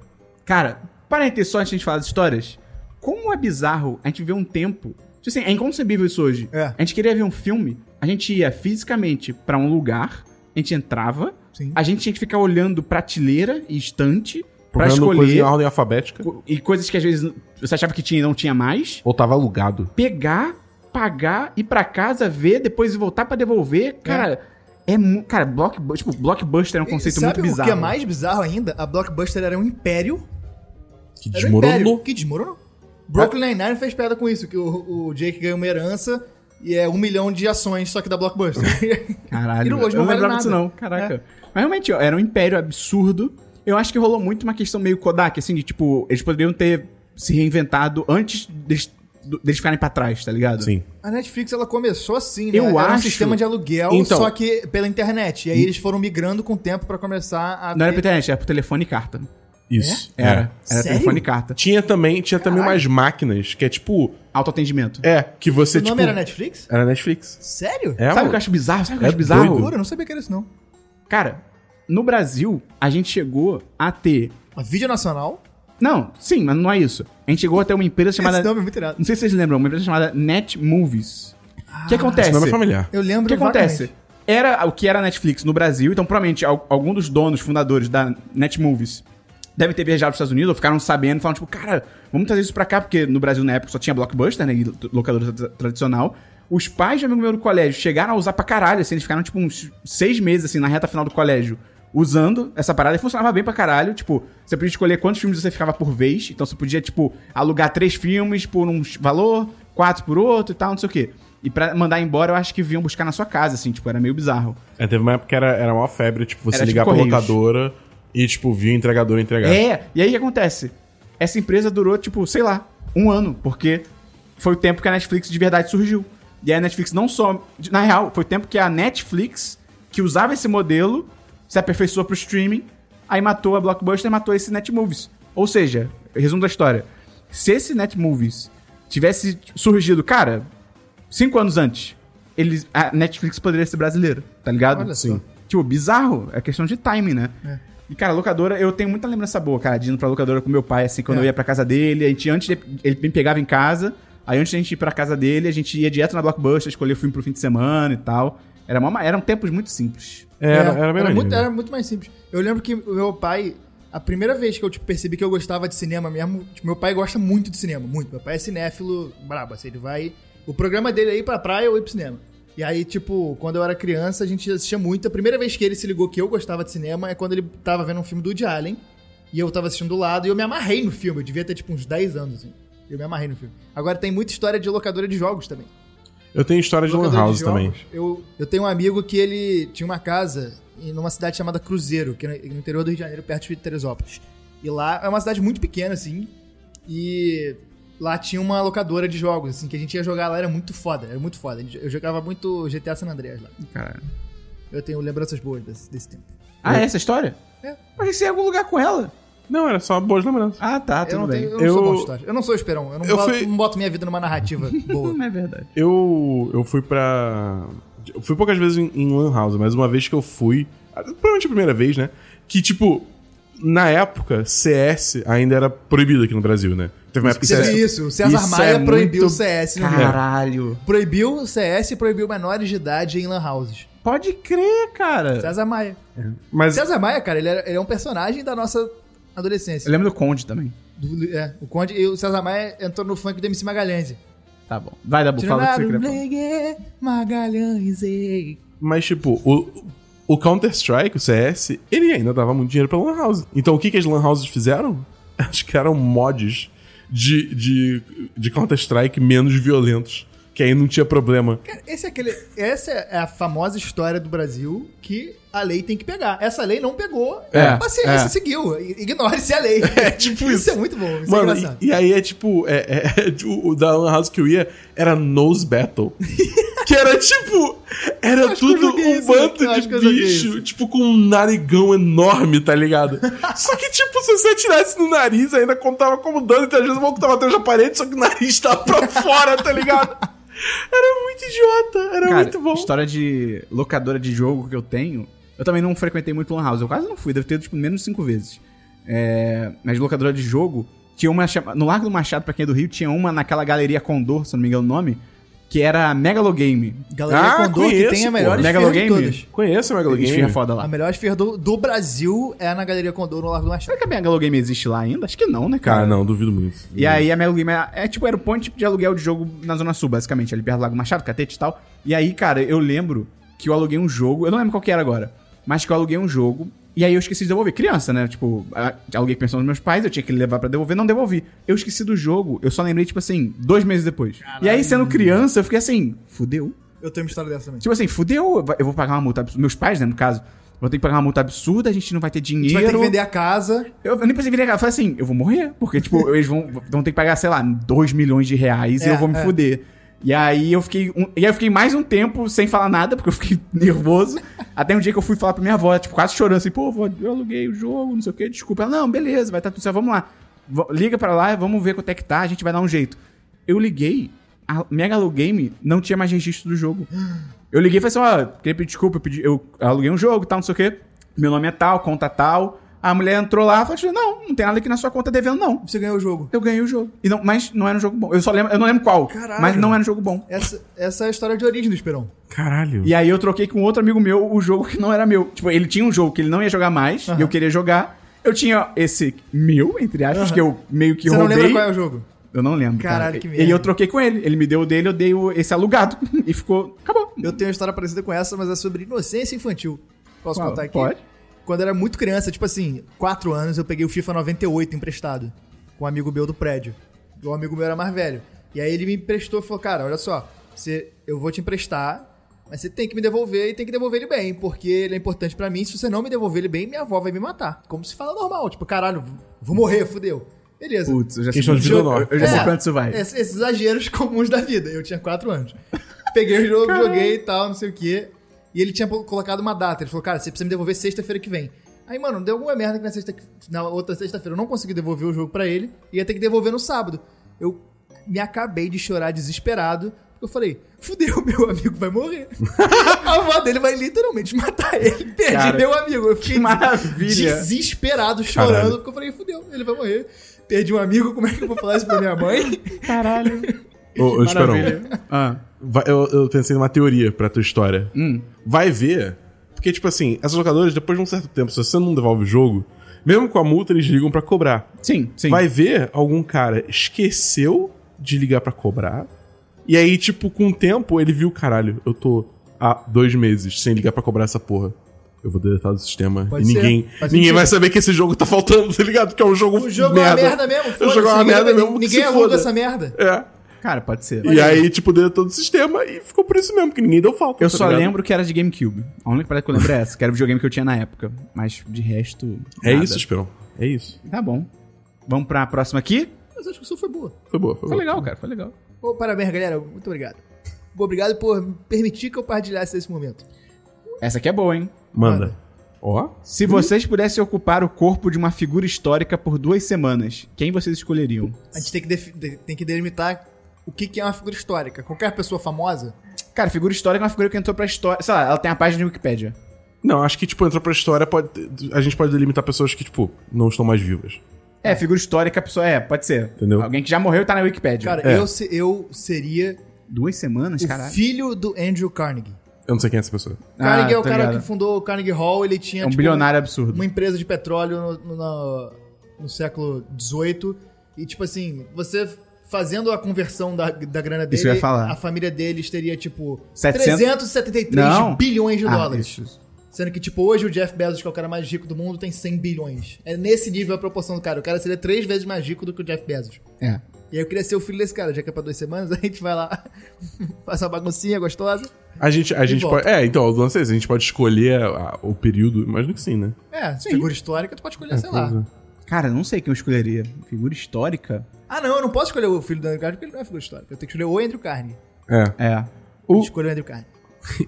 A: Cara, parênteses só antes de a gente falar das histórias. Como é bizarro a gente ver um tempo... Tipo assim, é inconcebível isso hoje.
B: É.
A: A gente queria ver um filme, a gente ia fisicamente pra um lugar, a gente entrava,
B: Sim.
A: a gente tinha que ficar olhando prateleira e estante, Pra
C: Procurando
A: escolher-
C: coisa em ordem alfabética.
A: Co- E coisas que às vezes você achava que tinha e não tinha mais.
C: Ou tava alugado.
A: Pegar, pagar, ir pra casa, ver, depois voltar pra devolver. Cara, é, mu- cara, block, tipo, blockbuster é um conceito
B: Sabe
A: muito bizarro.
B: o que é mais bizarro ainda? A Blockbuster era um império.
C: Que
B: Era um império.
C: desmoronou.
B: Que desmoronou. Brooklyn Nine-Nine fez piada com isso, que o, o Jake ganhou uma herança e é um milhão de ações, só que da Blockbuster.
A: Caralho,
B: E não- hoje
A: eu
B: não
A: não
B: vale
A: lembrava disso
B: nada. É.
A: não, caraca. Mas realmente, ó, era um império absurdo. Eu acho que rolou muito uma questão meio Kodak, assim, de tipo, eles poderiam ter se reinventado antes deles, do- deles ficarem pra trás, tá ligado?
C: Sim.
B: A Netflix ela começou assim, né?
A: Eu
B: Era um
A: acho-
B: sistema de aluguel,
C: Então-
B: só que pela internet. E aí eles foram migrando com o tempo pra começar a.
A: Não era pra
B: ter-
A: internet, era pro telefone e carta.
C: Isso. É.
A: Era. Era
B: Sério?
A: telefone e carta.
C: Tinha também, tinha também umas máquinas que é tipo.
A: Autoatendimento.
C: É, que você.
B: O
C: tipo,
B: nome era Netflix?
C: Era Netflix.
B: Sério?
C: É,
A: Sabe o
C: mano.
A: que eu acho bizarro? Sabe o que eu
C: É
A: acho bizarro?
C: doido.
B: Juro, eu não sabia que era isso, não.
A: Cara, no Brasil, a gente chegou a ter.
B: A Vídeo Nacional.
A: Não, sim, mas não é isso. A gente chegou a ter uma empresa chamada.
B: Esse nome é muito irado.
A: Não sei se vocês lembram, uma empresa chamada Net Movies. O
B: Ah.
A: que acontece?
C: Esse nome é familiar.
B: Eu
A: O
B: lembro
A: que acontece?
B: vagamente.
A: Era o que era a Netflix no Brasil, então provavelmente al- algum dos donos, fundadores da Netmovies devem ter viajado para os Estados Unidos ou ficaram sabendo e falaram, tipo, cara, vamos trazer isso pra cá, porque no Brasil na época só tinha Blockbuster, né, e lo- locadora tra- tradicional. Os pais de um amigo meu do colégio chegaram a usar pra caralho, assim, eles ficaram, tipo, uns seis meses, assim, na reta final do colégio, usando essa parada e funcionava bem pra caralho, tipo, você podia escolher quantos filmes você ficava por vez, então você podia, tipo, alugar três filmes por um valor, quatro por outro e tal, não sei o quê. E pra mandar embora, eu acho que vinham buscar na sua casa, assim, tipo, era meio bizarro.
C: É, teve uma época que era, era uma febre, tipo, você
A: Era tipo
C: ligar pra
A: Correios.
C: locadora e, tipo, via o entregador entregar.
A: É, e aí o que acontece? Essa empresa durou, tipo, sei lá, um ano, porque foi o tempo que a Netflix de verdade surgiu. E aí a Netflix não só. de- Na real, foi o tempo que a Netflix, que usava esse modelo, se aperfeiçoou pro streaming, aí matou a Blockbuster e matou esse Netmovies. Ou seja, resumo da história. Se esse Netmovies tivesse surgido, cara, cinco anos antes, eles, a Netflix poderia ser brasileira, tá ligado?
B: Olha só.
A: Tipo, bizarro. É questão de timing, né? E, cara, locadora, eu tenho muita lembrança boa, cara, de indo pra locadora com meu pai, assim, quando
B: É.
A: eu ia pra casa dele, a gente antes, de, ele me pegava em casa, aí antes de a gente ir pra casa dele, a gente ia direto na Blockbuster, escolher o filme pro fim de semana e tal. Era uma, eram tempos muito simples.
C: Era,
B: É,
C: era bem
B: muito,
C: maneiro.
B: era muito mais simples. Eu lembro que o meu pai, a primeira vez que eu tipo, percebi que eu gostava de cinema mesmo, tipo, meu pai gosta muito de cinema, muito. Meu pai é cinéfilo brabo, assim, ele vai. O programa dele é ir pra praia ou ir pro cinema. E aí, tipo, quando eu era criança, a gente assistia muito. A primeira vez que ele se ligou que eu gostava de cinema é quando ele tava vendo um filme do Woody Allen. E eu tava assistindo do lado e eu me amarrei no filme. Eu devia ter, tipo, uns 10 anos, assim. Eu me amarrei no filme. Agora tem muita história de locadora de jogos também.
C: Eu tenho história de Lan
B: Locadora
C: House
B: de jogos.
C: também.
B: Eu, eu tenho um amigo que ele tinha uma casa em numa cidade chamada Cruzeiro, que é no interior do Rio de Janeiro, perto de Teresópolis. E lá é uma cidade muito pequena, assim, e lá tinha uma locadora de jogos, assim, que a gente ia jogar lá, era muito foda, era muito foda. A gente- Eu jogava muito GTA San Andreas lá.
A: Caralho.
B: Eu tenho lembranças boas desse, desse tempo.
A: Ah, é essa a história?
B: É.
A: Mas você ia em algum lugar com ela.
C: Não, era só boas lembranças.
A: Ah, tá,
B: eu
A: tudo
B: não,
A: bem.
B: tenho- eu não sou
C: Eu-
B: bom de história. Eu não sou esperão. Eu não,
C: Eu
B: boto,
C: fui-
B: não boto minha vida numa narrativa boa.
A: Não é verdade.
C: Eu, eu fui pra. Eu fui poucas vezes em, em Lan House, mas uma vez que eu fui. Provavelmente a primeira vez, né? Que, tipo, na época, CS ainda era proibido aqui no Brasil, né? Teve uma época que
B: Você
C: CS.
B: viu isso? O César
A: Isso
B: Maia
A: é
B: proibiu o
A: muito-
B: CS no Rio.
A: Caralho.
B: Proibiu o CS e proibiu menores de idade em lan houses.
A: Pode crer, cara.
B: César Maia.
C: Mas
B: César Maia, cara, ele é, ele é um personagem da nossa
A: Eu
C: é-
B: adolescência.
A: lembro do Conde também.
B: Do- é, o Conde e o César Maia entrou no funk do MC Magalhães.
A: Tá bom. Vai, Dabu, fala o que você
B: Tirando
A: queria
B: a
A: falar.
B: Blegue, Magalhães. ei.
C: Mas, tipo, o, o Counter-Strike, o CS, ele ainda dava muito dinheiro pra Lan House. Então, o que, que as Lan Houses fizeram? Acho que eram mods de, de, de Counter-Strike menos violentos. Que aí não tinha problema.
B: Cara, esse é aquele, essa é a famosa história do Brasil que a lei tem que pegar. Essa lei não pegou,
C: É,
B: paciência,
C: é.
B: seguiu. I- Ignore-se a lei.
C: É, tipo isso.
B: é muito bom, isso é
C: Mano,
B: engraçado.
C: e, e aí é tipo, é, é- é- o, o da Lan House que eu ia era Nose Battle. que era tipo, era
B: que eu
C: tudo
B: joguei
C: um
B: isso, eu
C: bando
B: acho que eu
C: de
B: joguei
C: bicho, tipo, com um narigão enorme, tá ligado? só que, tipo, se você atirasse no nariz, ainda contava como dano, então às vezes o maluco tava atrás da parede, só que o nariz tava pra fora, tá ligado? Era muito idiota, era
A: Cara,
C: muito bom.
A: história de locadora de jogo que eu tenho, eu também não frequentei muito Lan House. Eu quase não fui, devo ter ido, tipo, menos de cinco vezes. É, mas locadora de jogo, tinha uma chama- No Largo do Machado, pra quem é do Rio, tinha uma naquela galeria Condor, se eu não me engano o nome, que era a Megalogame.
B: Galeria
C: Ah,
B: Condor,
C: conheço,
B: que tem a
C: pô.
B: melhor esfirra de
A: Megalogame?
B: todas.
C: Conheço a Megalogame.
A: Esfirra é foda
B: A
A: lá.
B: melhor esfirra do, do Brasil é na Galeria Condor, no Largo do Machado.
A: Será que a Megalogame existe lá ainda? Acho que não, né, cara?
C: Cara, não, duvido muito.
A: E aí a Megalogame é, é tipo, era o ponto de aluguel de jogo na Zona Sul, basicamente, ali perto do Lago Machado, Catete e tal. E aí, cara, eu lembro que eu aluguei um jogo, eu não lembro qual que era agora, mas que eu aluguei um jogo, e aí eu esqueci de devolver. Criança, né? Tipo, a- aluguei pensando nos meus pais, eu tinha que levar pra devolver, não devolvi. Eu esqueci do jogo, eu só lembrei, tipo assim, dois meses depois. E aí, sendo criança, eu fiquei assim, fudeu.
B: Eu tenho uma história dessa também.
A: Tipo assim, fudeu, eu vou pagar uma multa absurda. Meus pais, né, no caso, vão ter que pagar uma multa absurda, a gente não vai ter
B: A
A: dinheiro.
B: gente vai ter que vender a casa.
A: Eu eu nem pensei em virar cara. Eu falei assim, eu vou morrer. Porque, tipo, eles vão, vão ter que pagar, sei lá, 2 milhões de reais e
B: É,
A: eu vou me
B: é.
A: fuder. E aí eu fiquei. um- e aí eu fiquei mais um tempo sem falar nada, porque eu fiquei nervoso. Até um dia que eu fui falar pra minha avó, tipo, quase chorando assim, pô, vó, eu aluguei o jogo, não sei o quê, desculpa. Ela, não, beleza, vai estar tudo certo, vamos lá. Vo- Liga pra lá, vamos ver quanto é que tá, a gente vai dar um jeito. Eu liguei, a Mega Game não tinha mais registro do jogo. Eu liguei e falei assim, ó, queria pedir desculpa, eu, pedi, eu aluguei um jogo, tal, não sei o quê. Meu nome é tal, conta tal. A mulher entrou lá e falou assim, não, não tem nada aqui na sua conta devendo, não.
B: Você ganhou o jogo.
A: Eu ganhei o jogo. E não, mas não era um jogo bom. Eu só lembro, eu não lembro qual,
B: Caralho.
A: mas não era um jogo bom.
B: Essa, essa é a história de origem do Esperão.
C: Caralho.
A: E aí eu troquei com outro amigo meu o jogo que não era meu. Tipo, ele tinha um jogo que ele não ia jogar mais, e eu queria jogar. Eu tinha esse meu, entre aspas, que eu meio que
B: Você não
A: roubei.
B: lembra qual é o jogo?
A: Eu não lembro. cara.
B: Caralho, que
A: E-
B: merda.
A: E eu troquei com ele. Ele me deu o dele, eu dei o- esse alugado. e ficou. Acabou.
B: Eu tenho uma história parecida com essa, mas é sobre inocência infantil. Posso
A: Qual?
B: contar aqui?
A: Pode.
B: Quando eu era muito criança, tipo assim, 4 anos, eu peguei o FIFA 98 emprestado com um amigo meu do prédio. E O amigo meu era mais velho. E aí ele me emprestou e falou: Cara, olha só, você, eu vou te emprestar, mas você tem que me devolver e tem que devolver ele bem, porque ele é importante pra mim. Se você não me devolver ele bem, minha avó vai me matar. Como se fala normal, tipo, caralho, vou morrer, fudeu. Beleza.
A: Putz, eu já sei.
C: Questão de vida
A: eu,
C: ou não?
A: eu já sei
B: É,
A: quanto isso vai.
B: Esses, esses exageros comuns da vida. Eu tinha 4 anos. Peguei o jogo, joguei e tal, não sei o quê. E ele tinha pô- colocado uma data. Ele falou, cara, você precisa me devolver sexta-feira que vem. Aí, mano, deu alguma merda que na, sexta, na outra sexta-feira eu não consegui devolver o jogo pra ele. E ia ter que devolver no sábado. Eu me acabei de chorar desesperado. porque Eu falei, fudeu, meu amigo vai morrer. A avó dele vai literalmente matar ele. Perdi
A: Cara,
B: meu amigo. Eu fiquei
A: que maravilha.
B: desesperado, chorando.
C: Caralho.
B: Porque eu falei, fudeu, ele vai morrer. Perdi um amigo, como é que eu vou falar isso pra minha mãe?
A: Caralho.
C: Ô, ô, Esperão,
A: Ah,
C: vai- eu, eu pensei numa teoria pra tua história.
B: Hum.
C: Vai ver. Porque, tipo assim, essas locadoras, depois de um certo tempo, se você não devolve o jogo, mesmo com a multa, eles ligam pra cobrar.
A: sim, sim.
C: Vai ver, algum cara esqueceu de ligar pra cobrar. E aí, tipo, com o tempo, ele viu, caralho, eu tô há dois meses sem ligar pra cobrar essa porra. Eu vou deletar do sistema.
B: Pode
C: e
B: ser.
C: ninguém,
B: Faz
C: ninguém
B: sentido.
C: vai saber que esse jogo tá faltando, tá ligado? Que é um jogo.
B: O jogo é uma merda mesmo.
C: O
B: foda-se,
C: jogo é uma
B: ninguém vai-
C: merda mesmo. que
B: Ninguém
C: se
B: aluga
C: foda.
B: essa merda.
C: É.
A: Cara, pode ser.
C: E aí, tipo, deletou do sistema e ficou por isso mesmo, que ninguém deu falta.
A: Eu
C: tá
A: só
C: ligado?
A: lembro que era de GameCube. A única parada que eu lembro é essa, que era o videogame que eu tinha na época. Mas de resto.
C: É
A: nada.
C: isso, Esperão. É isso.
A: Tá bom. Vamos pra próxima aqui?
B: Mas a discussão foi boa.
C: Foi boa, foi,
A: Foi
C: boa.
A: legal, cara, foi legal.
B: Ô, parabéns, galera. Muito obrigado. Obrigado por permitir que eu partilhasse esse momento.
A: Essa aqui é boa, hein?
C: Manda. Ó.
A: Se vocês pudessem ocupar o corpo de uma figura histórica por duas semanas, quem vocês escolheriam?
B: A gente tem que, defi- de- tem que delimitar o que, que é uma figura histórica. Qualquer pessoa famosa.
A: Cara, figura histórica é uma figura que entrou pra história. Sei lá, ela tem a página de Wikipédia.
C: Não, acho que, tipo, entrou pra história, pode... a gente pode delimitar pessoas que, tipo, não estão mais vivas.
A: É, figura histórica, a pessoa é, pode ser.
C: Entendeu?
A: Alguém que já morreu e tá na Wikipédia.
B: Cara,
C: É.
B: eu, se- eu seria
A: duas semanas,
B: o
A: caralho.
B: filho do Andrew Carnegie.
C: Eu não sei quem é essa pessoa.
A: Ah,
B: Carnegie é o
A: tô
B: cara
A: ligado.
B: que fundou o Carnegie Hall. Ele tinha
A: É um
B: tipo,
A: bilionário absurdo.
B: uma empresa de petróleo no, no- na- no século XVIII. E, tipo assim, você fazendo a conversão da, da grana dele,
A: Isso eu ia falar.
B: a família deles teria, tipo,
A: 700?
B: 373
A: Não.
B: bilhões de
A: Ah,
B: dólares.
A: isso.
B: Sendo que, tipo, hoje o Jeff Bezos, que é o cara mais rico do mundo, tem 100 bilhões. É nesse nível a proporção do cara. O cara seria três vezes mais rico do que o Jeff Bezos.
A: É.
B: E aí eu queria ser o filho desse cara, já que é pra duas semanas, a gente vai lá, faz uma baguncinha gostosa.
C: A gente, a gente
B: volta.
C: pode. É, então, eu não sei se a gente pode escolher a- a- o período. Imagino que sim, né?
B: É, figura histórica, tu pode escolher, É, sei lá.
A: Cara, não sei quem eu escolheria. Figura histórica?
B: Ah, não, eu não posso escolher o filho do Andrew Carnegie porque ele não é figura histórica. Eu tenho que escolher o Andrew Carnegie.
C: É.
A: É.
C: O-
B: Escolha o Andrew Carnegie.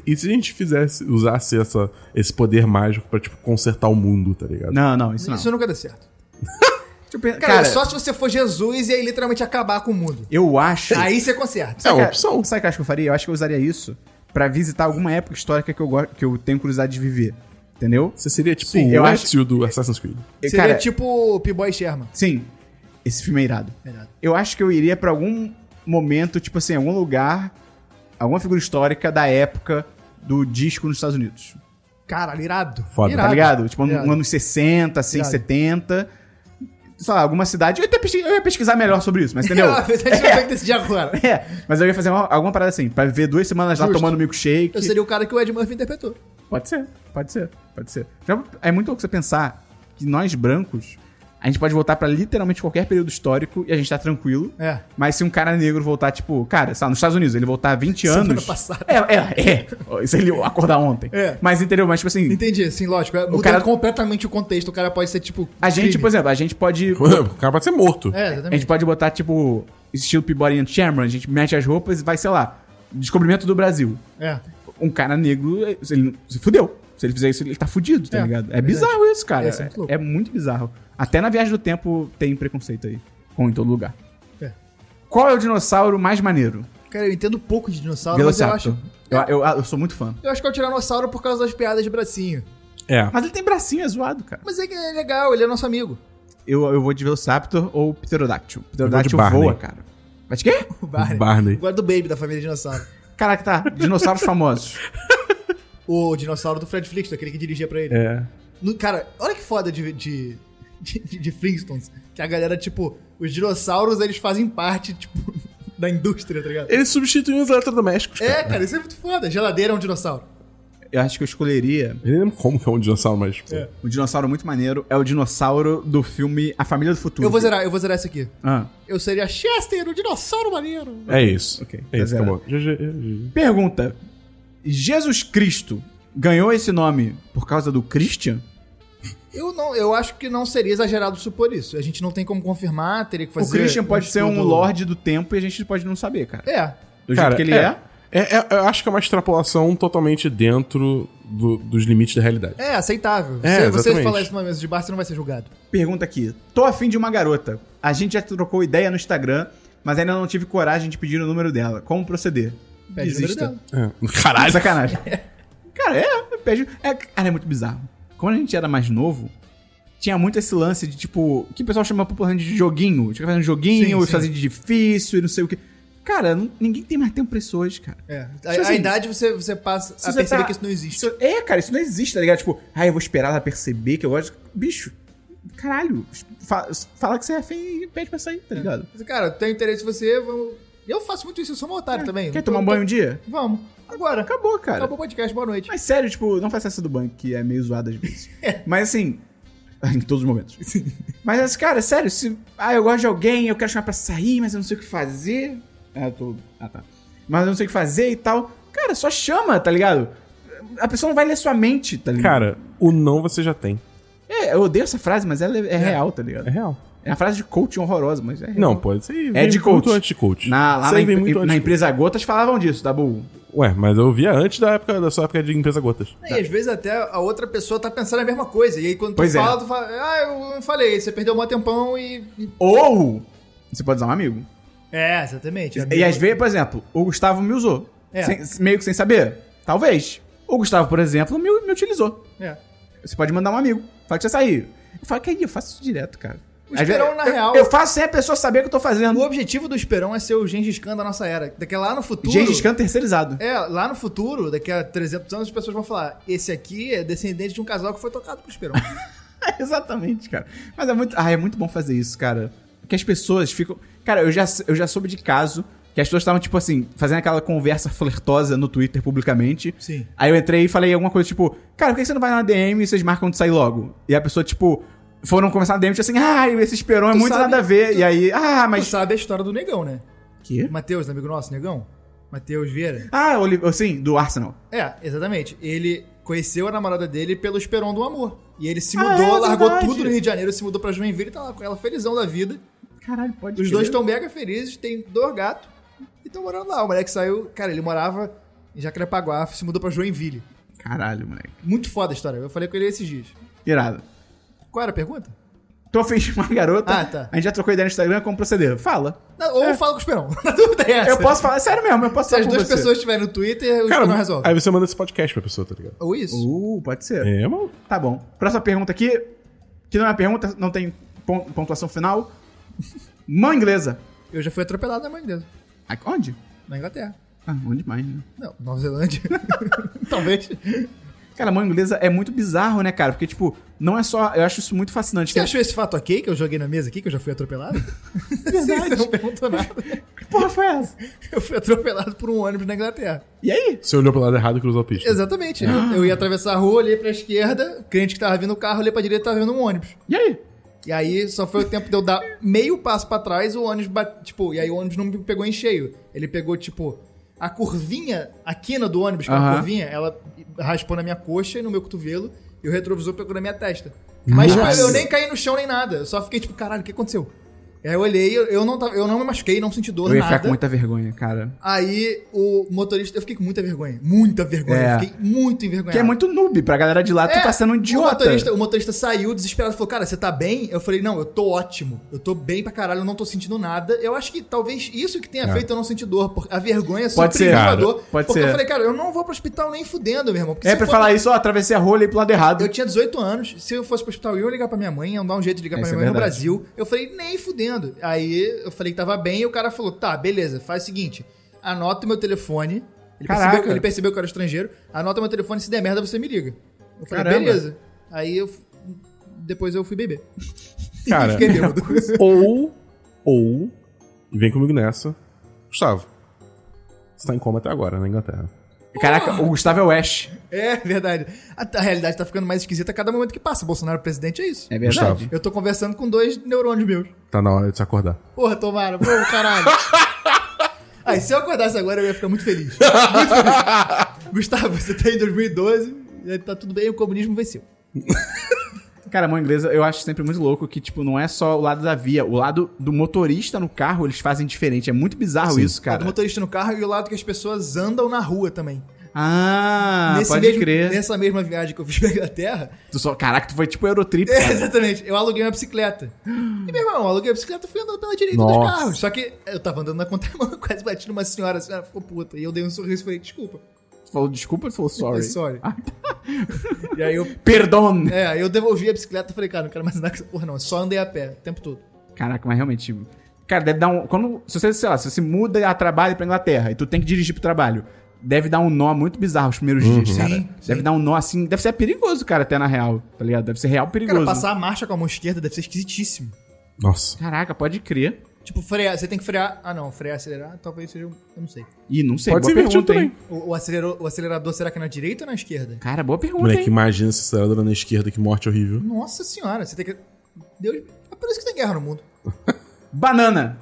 C: E se a gente fizesse, usasse essa, esse poder mágico pra, tipo, consertar o mundo, tá ligado?
A: Não, não, isso
B: Isso,
A: não.
B: nunca dá certo.
A: Deixa eu pensar-
B: Cara, é
A: Cara,
B: só se você for Jesus e aí literalmente acabar com o mundo.
A: eu acho.
B: Aí você conserta.
C: É uma
A: Cara,
C: opção.
A: Sabe o que eu acho que eu faria? Eu acho que eu usaria isso pra visitar alguma época histórica que eu, go- que eu tenho curiosidade de viver. Entendeu?
C: Você seria, tipo,
A: Sim, eu
C: o
A: acho-
C: Ezio do Assassin's Creed.
A: Eu,
B: Seria
A: cara,
B: tipo o P-Boy Sherman.
A: Sim, esse filme é irado.
B: Melhor.
A: Eu acho que eu iria pra algum momento, tipo assim, algum lugar alguma figura histórica da época do disco nos Estados Unidos.
B: Caralho, irado.
C: Foda.
A: Tá ligado? Tipo,
B: Irado.
A: anos 60, assim,
B: Irado.
A: 70. Sei lá, alguma cidade. Eu, até pesqui- eu ia pesquisar melhor sobre isso, mas entendeu?
B: a gente vai ter que decidir agora.
A: é, mas eu ia fazer uma- alguma parada assim, pra ver duas semanas lá
B: Justo.
A: tomando milkshake.
B: Eu seria o cara que o Ed Murphy interpretou.
A: Pode ser, pode ser, pode ser. Já- é muito louco você pensar que nós brancos, a gente pode voltar pra literalmente qualquer período histórico e a gente tá tranquilo.
B: É.
A: Mas se um cara negro voltar, tipo, cara, sei lá, nos Estados Unidos, ele voltar 20
B: Semana
A: anos.
B: passada.
A: É, é, é. Se ele acordar ontem.
B: É.
A: Mas entendeu? Mas, tipo assim,
B: Entendi, sim, lógico. É, Mudando
A: cara-
B: completamente o contexto, o cara pode ser tipo.
A: a gente,
B: crime.
A: por exemplo, a gente pode.
C: O cara pode ser
B: É,
C: morto.
A: A gente
B: exatamente.
A: pode botar, tipo, estilo Peabody and Sherman, a gente mete as roupas e vai, sei lá, descobrimento do Brasil.
B: É.
A: Um cara negro, ele se fudeu. Se ele fizer isso, ele tá fudido, tá
B: É,
A: ligado? É
B: verdade.
A: bizarro isso, cara.
B: É,
A: É,
B: isso é muito louco.
A: é muito bizarro. Até na viagem do tempo tem preconceito aí. Ou em todo lugar.
B: É.
A: Qual é o dinossauro mais maneiro?
B: Cara, eu entendo pouco de dinossauro, Ah, mas eu
A: Velociraptor.
B: acho.
A: Eu, eu, ah, eu sou muito fã.
B: Eu acho que é o Tiranossauro por causa das piadas de bracinho.
C: É.
A: Mas ele tem bracinho, é zoado, cara.
B: Mas é que é legal, ele é nosso amigo.
A: Eu, eu vou de Velociraptor ou Pterodáctil. Pterodáctil
C: Barney.
A: voa, cara. Mas de quê?
B: O Barney.
C: Barney.
B: O guarda do Baby da família dinossauro.
A: Caraca, tá. Dinossauros famosos.
B: O dinossauro do Fred Flintstone, aquele que dirigia pra ele.
C: É.
B: No- cara, olha que foda de, de, de, de- de Flintstones. Que a galera, tipo, os dinossauros, eles fazem parte, tipo, da indústria, tá ligado?
C: Eles substituem os eletrodomésticos.
B: É, cara, isso é muito foda. Geladeira é um dinossauro.
A: Eu acho que eu escolheria
C: Eu nem lembro como que é um dinossauro, mas. Tipo,
B: É.
A: um dinossauro muito maneiro. É o dinossauro do filme A Família do Futuro.
B: Eu vou zerar, eu vou zerar isso aqui.
A: Ah,
B: Eu seria Chester, o dinossauro maneiro.
C: é isso.
A: Ok, tá
C: É isso,
A: zero.
C: acabou. GG. GG.
A: Pergunta: Jesus Cristo ganhou esse nome por causa do Christian?
B: Eu não, eu acho que não seria exagerado supor isso. A gente não tem como confirmar, teria que fazer.
A: o Christian pode ser um
B: estudo-
A: lorde do tempo e a gente pode não saber, cara.
B: É.
A: Do jeito
C: Cara,
A: que ele
C: é.
A: é.
C: É, é- eu acho que é uma extrapolação totalmente dentro do- dos limites da realidade.
B: É, aceitável.
C: É,
B: Se você
C: exatamente.
B: falar isso numa mesa de bar, você não vai ser julgado.
A: Pergunta aqui: Tô afim de uma garota. A gente já trocou ideia no Instagram, mas ainda não tive coragem de pedir o número dela. Como proceder?
B: Pede o número dela.
C: É. Caralho.
A: Sacanagem. cara, é, pede. É, cara, é muito bizarro. Quando a gente era mais novo, tinha muito esse lance de tipo. Que o pessoal chama popularmente de joguinho. Tinha que fazer um joguinho,
B: Sim, sim.
A: fazer de difícil e não sei o que. Cara, não- ninguém tem mais tempo pra isso hoje, cara.
B: É. A,
A: Tipo
B: a
A: assim,
B: idade você, você passa
A: se
B: a
A: você
B: perceber
A: tá-
B: que isso não existe.
A: Isso- é, cara, isso não existe, tá ligado? Tipo, ah, eu vou esperar ela perceber que eu gosto. Bicho, caralho. fa- fala que você é afim e pede pra sair, tá ligado?
B: Mas, Cara, eu tenho interesse em você, vamos. Eu faço muito isso, eu sou um otário também.
A: Quer
B: Eu
A: tomar um
B: tô-
A: banho um dia?
B: Vamos. Agora.
A: Acabou, cara.
B: Acabou o podcast, boa noite.
A: Mas sério, tipo, não faz essa do banco, que é meio zoada às vezes. Mas assim. Em todos os momentos. Mas, assim, cara, sério, se. Ah, eu gosto de alguém, eu quero chamar pra sair, mas eu não sei o que fazer. Ah, eu tô. Ah, tá. Mas eu não sei o que fazer e tal. Cara, só chama, tá ligado? A pessoa não vai ler sua mente, tá ligado?
C: Cara, o não você já tem.
A: É, eu odeio essa frase, mas ela é, é real, tá ligado?
C: É real.
A: É uma frase de coaching horrorosa, mas é real.
C: Não, pode ser.
A: É
C: vem
A: de
C: muito
A: coach.
C: antes de coach.
A: Na, lá
C: Isso
A: na,
C: aí vem
A: em-
C: muito
A: na
C: antes de-
A: empresa Gotas falavam disso, tá bom?
C: Ué, mas eu via antes da época da sua época de empresa gotas.
A: Tá.
B: E às vezes até a outra pessoa tá pensando a mesma coisa. E aí quando
A: Pois
B: tu
A: é.
B: fala, tu fala, ah, eu não falei, você perdeu um tempão e. e-
A: Ou você pode usar um amigo.
B: É, exatamente.
A: E às vezes, por exemplo, o Gustavo me usou.
B: É.
A: Sem- meio que sem saber. Talvez. O Gustavo, por exemplo, me, me utilizou.
B: É.
A: Você pode mandar um amigo. Fala que você saiu. Eu falo que aí, eu faço isso direto, cara.
B: O
A: Às
B: esperão,
A: vezes,
B: na
A: eu-
B: real-
A: Eu faço sem a pessoa saber o que eu tô fazendo.
B: O objetivo do Esperão é ser o Gengis Khan da nossa era. Daqui a lá no futuro.
A: Gengis Khan terceirizado.
B: É, lá no futuro, daqui a 300 anos, as pessoas vão falar: esse aqui é descendente de um casal que foi tocado por Esperão.
A: É, Exatamente, cara. Mas é muito. Ah, é muito bom fazer isso, cara. Que as pessoas ficam. Cara, eu já, eu já soube de caso que as pessoas estavam, tipo assim, fazendo aquela conversa flertosa no Twitter publicamente.
B: Sim.
A: Aí eu entrei e falei alguma coisa, tipo, cara, por que você não vai na DM e vocês marcam de sair logo? E a pessoa, tipo, foram conversar na DM, tipo assim, ah, esse esperão é
B: Tu
A: muito
B: sabe-
A: nada a ver.
B: tu-
A: E aí, ah,
B: Mas...
A: mas.
B: Tu sabe a história do negão, né?
A: Que?
B: Matheus, amigo nosso, negão? Matheus Vieira.
A: Ah, Olive... sim, do Arsenal.
B: É, exatamente. Ele conheceu a namorada dele pelo Esperão do Amor. E ele se
A: Ah,
B: mudou,
A: é
B: largou
A: verdade.
B: tudo no Rio de Janeiro, se mudou pra Joinville e tá lá com ela, felizão da vida.
A: Caralho, pode
B: Os dois estão mega felizes, tem dois gatos e estão morando lá. O moleque saiu, cara, ele morava em Jacarepaguá, se mudou pra Joinville.
A: Caralho, moleque.
B: Muito foda a história. Eu falei com ele esses dias.
A: Irado.
B: Qual era a pergunta?
A: Tô afim de uma garota.
B: Ah, tá.
A: A gente já trocou ideia no Instagram, como proceder? Fala.
B: Não, ou fala com o Esperão. Na dúvida é essa.
A: É. Eu posso falar, sério mesmo, eu posso
B: Se
A: falar
B: as
A: com
B: duas
A: você.
B: pessoas estiverem no Twitter, o
C: Cara,
B: Esperão resolve.
C: aí você manda esse podcast pra pessoa, tá ligado?
B: Ou isso.
A: Uh, pode ser.
C: É, mano.
A: Tá bom. Próxima pergunta aqui, que não é uma pergunta, não tem pon- pontuação final. Mão inglesa.
B: Eu já fui atropelado na mãe dele,
A: Aqui- Onde?
B: na Inglaterra.
A: Ah, bom demais, né?
B: Não, Nova Zelândia. Talvez.
A: Cara, a mão inglesa é muito bizarro, né, cara? Porque, tipo, não é só. Eu acho isso muito fascinante. né?
B: Você
A: Tem-
B: achou esse fato ok que eu joguei na mesa aqui, que eu já fui atropelado? Você
A: Verdade.
B: não perguntou nada.
A: Que porra foi essa?
B: Eu fui atropelado por um ônibus na Inglaterra.
A: E aí?
C: Você olhou pro lado errado e cruzou a pista.
B: Exatamente. Eu ia atravessar a rua, olhei pra esquerda, o cliente que tava vindo o carro, olhei pra direita, tava vindo um ônibus.
A: E aí?
B: E aí só foi o tempo de eu dar meio passo pra trás, o ônibus bate, tipo, e aí o ônibus não me pegou em cheio. Ele pegou tipo a curvinha, a quina do ônibus, que é uma
A: Aham.
B: curvinha, ela raspou na minha coxa e no meu cotovelo, e o retrovisor pegou na minha testa. Mas tipo,
C: Nossa.
B: eu nem caí no chão nem nada, eu só fiquei tipo, caralho, o que aconteceu? E aí eu olhei, eu, eu não tava, eu não me machuquei, não senti dor
A: Eu ia
B: nada.
A: ficar com muita vergonha, cara.
B: Aí o motorista, eu fiquei com muita vergonha, muita vergonha,
A: É.
B: eu fiquei muito envergonhado.
A: Que é muito noob pra galera de lá, tu
B: É,
A: tá sendo um
B: O
A: idiota.
B: motorista, o motorista saiu desesperado e falou: Cara, você tá bem? Eu falei: Não, eu tô ótimo. Eu tô bem pra caralho, eu não tô sentindo nada. Eu acho que talvez isso que tenha
C: É.
B: feito eu não sentir dor. Porque a vergonha
A: Pode ser,
B: suprimiu a
C: cara.
B: dor.
A: Pode
B: porque
A: ser.
B: eu falei: Cara, eu não vou pro hospital nem fudendo, meu irmão. porque
A: É
B: se
A: pra
B: eu
A: falar
B: for-
A: isso, ó, atravessei a rua, olhei pro lado errado.
B: Eu tinha 18 anos. Se eu fosse pro hospital, eu ia ligar pra minha mãe, ia dar um jeito de ligar pra
A: Isso
B: minha
A: é
B: mãe no
A: verdade.
B: Brasil. Eu falei: Nem fudendo. Aí eu falei que tava bem e o cara falou: Tá, beleza, faz o seguinte: anota o meu telefone. Ele
A: Caraca.
B: percebeu, ele percebeu que eu era estrangeiro. Anota meu telefone, se der merda, você me liga. Eu falei,
A: Caramba.
B: beleza. Aí eu. f- Depois eu fui beber.
A: É.
C: Cara,
B: Fiquei bêbado.
C: ou, ou, e vem comigo nessa, Gustavo, você tá em coma até agora na Inglaterra.
A: Caraca, o Gustavo é o Ash.
B: É, verdade. A, a realidade tá ficando mais esquisita a cada momento que passa. Bolsonaro presidente é isso.
A: É verdade.
B: Eu tô conversando com dois neurônios meus.
C: Tá na hora de se acordar.
B: Porra, tomara. Pô, caralho. Aí, se eu acordasse agora, eu ia ficar muito feliz. Muito feliz. Gustavo, você tá em 2012, e aí tá tudo bem, o comunismo venceu.
A: Cara, a mão inglesa eu acho sempre muito louco que, tipo, não é só o lado da via, o lado do motorista no carro eles fazem diferente. É muito bizarro
C: Sim.
A: isso,
B: O do
A: cara.
B: motorista no carro e o lado que as pessoas andam na rua também.
A: Ah,
B: Nesse
A: pode
B: mesmo-
A: crer.
B: Nessa mesma viagem que eu fiz pra Inglaterra,
A: Tu só, caraca, tu foi tipo Eurotrip,
B: É,
A: cara.
B: exatamente. Eu aluguei uma bicicleta. E, meu irmão, eu aluguei a bicicleta e fui andando pela direita dos
C: Nossa.
B: carros. Só que eu tava andando na contramão, quase bati numa senhora, a senhora ficou puta. E eu dei um sorriso e falei, desculpa.
A: Tu falou desculpa, tu falou sorry.
B: Eu falei, sorry.
A: Ah,
B: E aí eu,
A: Perdão.
B: é, aí eu devolvi a bicicleta e falei, cara, não quero mais andar com essa porra não. Eu só andei a pé o tempo todo.
A: Caraca, mas realmente. tipo, Cara, deve dar um. Quando. Se você, sei lá, se você muda a trabalho pra Inglaterra e tu tem que dirigir pro trabalho, deve dar um nó muito bizarro os primeiros
C: Uhum.
A: dias, cara.
B: Sim,
A: Deve dar um nó assim. Deve ser perigoso, cara, até na real, tá ligado? Deve ser real perigoso.
B: Cara, passar a marcha com a mão esquerda deve ser esquisitíssimo.
C: Nossa.
A: Caraca, pode crer.
B: Tipo, frear, você tem que frear. Ah, não, frear, acelerar, talvez seja. um- Eu não sei.
A: Ih, não sei.
C: Pode
A: boa
C: ser invertido
A: pergunta, hein?
C: também.
B: O, o acelerou- o acelerador, será que é na direita ou na esquerda?
A: Cara, boa pergunta,
C: Moleque,
A: hein?
C: imagina essa aceleradora na esquerda, que morte horrível.
B: Nossa senhora, você tem que. Deus. É por isso que tem guerra no mundo.
A: Banana.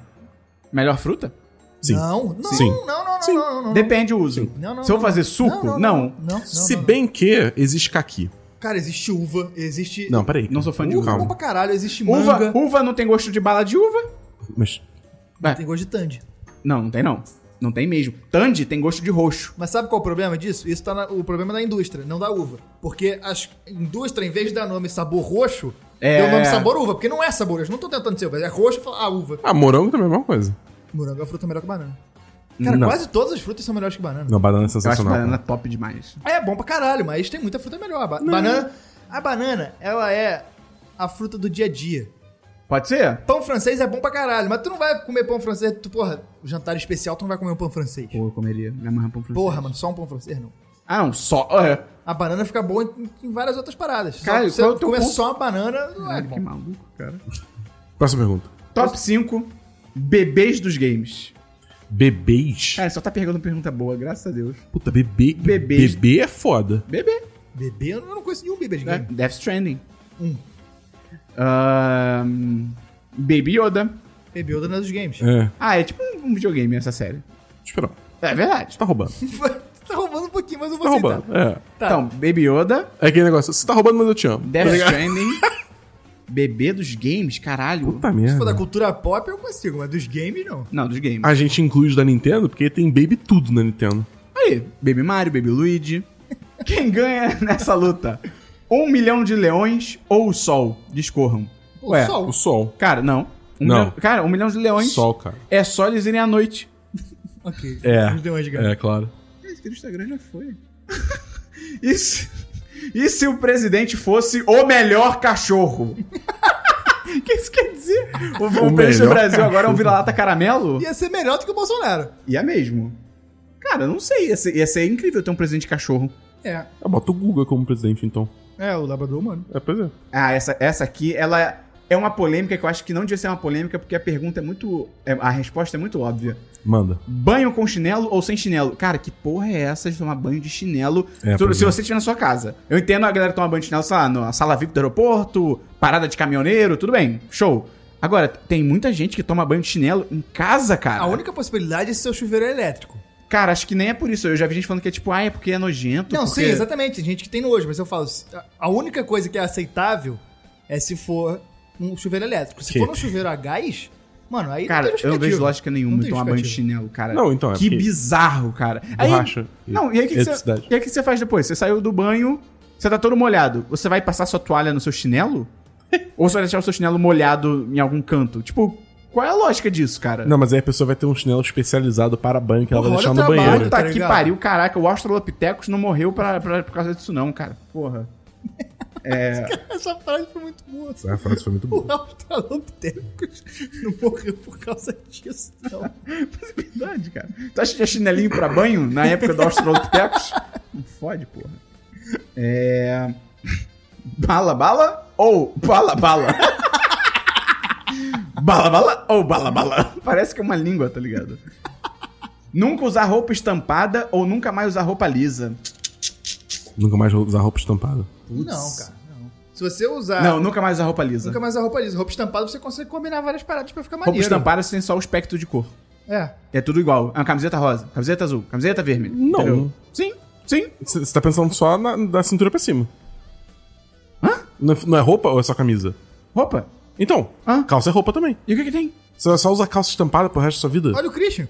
A: Melhor fruta?
C: Sim.
B: Não, não,
C: Sim.
B: não, não, não, não, não, não.
A: Depende do uso.
B: Não, não,
A: se eu
B: não,
A: fazer
B: não.
A: suco, não. Não,
B: não, não,
C: Se
B: não, não.
C: bem que existe caqui.
B: Cara, existe uva, existe.
C: Não, peraí.
A: Não sou fã de
C: Uh,
A: uva.
B: Uva é bom
C: Calma.
B: pra caralho, existe
A: Uva,
B: manga.
A: uva não tem gosto de bala de uva?
C: Mas
B: Tem gosto de tandy.
A: Não, não tem não. Não tem mesmo. Tandy tem gosto de roxo.
B: Mas sabe qual é o problema disso? Isso tá na- o problema da indústria, não da uva. Porque a indústria, em vez de dar nome sabor roxo,
A: É.
B: deu o nome sabor uva. Porque não é sabor roxo, não tô tentando ser uva. É roxo e fala, ah, uva.
C: Ah, morango também é a mesma coisa.
B: Morango é uma fruta melhor que banana. Cara,
C: Não.
B: quase todas as frutas são melhores que banana.
C: Não, banana é
A: Eu acho
C: sensacional.
A: banana top demais.
B: É bom pra caralho, mas tem muita fruta melhor. Ba- banana. A banana, ela é a fruta do dia a dia.
A: Pode ser?
B: Pão francês é bom pra caralho, mas tu não vai comer pão francês, tu, porra, jantar especial, tu não vai comer um pão francês.
A: Pô, eu comeria. Me amarra pão francês.
B: Porra, mano, só um pão francês não.
A: Ah, não, só. é.
B: A banana fica boa em, em várias outras paradas.
A: Caralho,
B: só,
A: qual é
B: você
A: o teu
B: comer
A: ponto?
B: só uma banana, não é
A: Caralho, que
B: bom.
A: maluco, cara.
C: Próxima pergunta.
A: Top 5 bebês dos games.
C: Bebês?
A: Cara, só tá perguntando pergunta boa, graças a Deus.
C: Puta, bebê.
A: Bebês.
C: Bebê é foda.
A: Bebê,
B: Bebê, eu não conheço nenhum bebê de
A: né?
B: game.
A: Death Stranding.
B: Um.
A: Hum. Ahn, Baby Yoda.
B: Bebê ou dona dos games.
C: É.
A: Ah, é tipo um um videogame essa série.
C: Espera.
A: É verdade.
C: Você tá roubando.
B: Você tá roubando um pouquinho, mas eu vou
C: Tá
B: aceitar.
C: roubando. É.
B: Tá.
A: Então, Baby Yoda,
C: É aquele negócio. Você tá roubando, mas eu te amo.
A: Death Stranding, bebê dos games, caralho.
C: Puta
B: Se for da
C: merda.
B: cultura pop, eu consigo, mas dos games, não.
A: Não, dos games.
C: A gente inclui os da Nintendo porque tem baby tudo na Nintendo.
A: Aí, Baby Mario, Baby Luigi. Quem ganha nessa luta? Um milhão de leões ou o sol? Discorram.
B: O
A: Ué,
B: sol.
C: É. O sol.
A: Cara, não. Um
C: Não.
A: milhão- cara, um milhão de leões
C: Sol, cara.
A: é só eles irem à noite.
B: Ok.
C: É.
B: Não tem mais de game.
C: É, claro.
A: Esse Instagram já foi. e, se, e se o presidente fosse o melhor cachorro? O que isso quer dizer? O
C: O
A: Vampiro do
C: melhor
A: Brasil agora é um
C: cachorro.
A: vira-lata caramelo?
B: Ia ser melhor do que o Bolsonaro.
A: E é mesmo. Cara, não sei. Ia ser, ia ser incrível ter um presidente cachorro.
B: É.
C: Ah, bota o Guga como presidente, então.
B: É, o labrador humano.
C: É, pois é.
A: Ah, essa, essa aqui, ela é uma polêmica que eu acho que não devia ser uma polêmica, porque a pergunta é muito. é- a resposta é muito óbvia.
C: Manda.
A: Banho com chinelo ou sem chinelo? Cara, que porra é essa de tomar banho de chinelo
C: É,
A: se,
C: pois
A: se
C: é.
A: você estiver na sua casa? Eu entendo a galera tomar banho de chinelo, sei lá, na sala VIP do aeroporto, parada de caminhoneiro, tudo bem, show. Agora, tem muita gente que toma banho de chinelo em casa, cara.
B: A única possibilidade é ser o chuveiro elétrico.
A: Cara, acho que nem é por isso. Eu já vi gente falando que é tipo, ah, é porque é nojento.
B: Não,
A: porque...
B: sim, exatamente. Tem gente que tem nojo, mas eu falo, se- a- a única coisa que é aceitável é se for um chuveiro elétrico. Se
C: Que-
B: for um chuveiro a gás, mano, aí
A: Cara, eu não vejo
B: justificativa.
A: lógica nenhuma
B: Não
A: em
B: tem
A: tomar banho de
B: justificativa.
A: chinelo, cara.
C: Não, então, é
A: Que
C: porque-
A: bizarro, cara. Aí-
C: Borracha.
A: Não, e aí o que, que você,
C: eletricidade.
A: e aí o que você faz depois? Você saiu do banho, você tá todo molhado. Você vai passar sua toalha no seu chinelo? Ou você vai deixar o seu chinelo molhado em algum canto? Tipo, qual é a lógica disso, cara?
C: Não, mas aí a pessoa vai ter um chinelo especializado para banho que ela vai
B: Porra,
C: deixar
B: olha
C: no
B: o trabalho.
C: banheiro.
A: Puta
B: tá
A: que
B: ligado?
A: pariu, caraca. O Australopithecus não morreu pra, pra- por causa disso não, cara. Porra.
B: Essa frase foi muito boa.
C: Essa frase foi muito boa.
B: O tá Australopithecus não morreu por causa disso, não.
A: Mas é verdade, cara. Tu acha que tinha chinelinho pra banho na época do Australopithecus? Não fode, porra. É... Bala, bala ou bala, bala? bala, bala ou bala, bala? Parece que é uma língua, tá ligado? nunca usar roupa estampada ou nunca mais usar roupa lisa.
C: Nunca mais vou usar roupa estampada.
B: Não, cara, não. Se você usar...
A: Não, nunca mais usar roupa lisa.
B: Ah. Nunca mais a roupa lisa. Roupa estampada, você consegue combinar várias paradas pra ficar
A: Roupa
B: maneiro.
A: estampada você tem só o espectro de cor.
B: É.
A: É tudo igual. É uma camiseta rosa, camiseta azul, camiseta vermelha.
C: Não.
A: Sim, sim.
C: Você você tá pensando só na, da cintura pra cima. Hã? Não é, não é roupa ou é só camisa?
A: Roupa.
C: Então,
A: Hã?
C: calça é roupa também.
A: E o que que tem?
C: Você vai só usar calça estampada pro resto da sua vida?
B: Olha o Christian.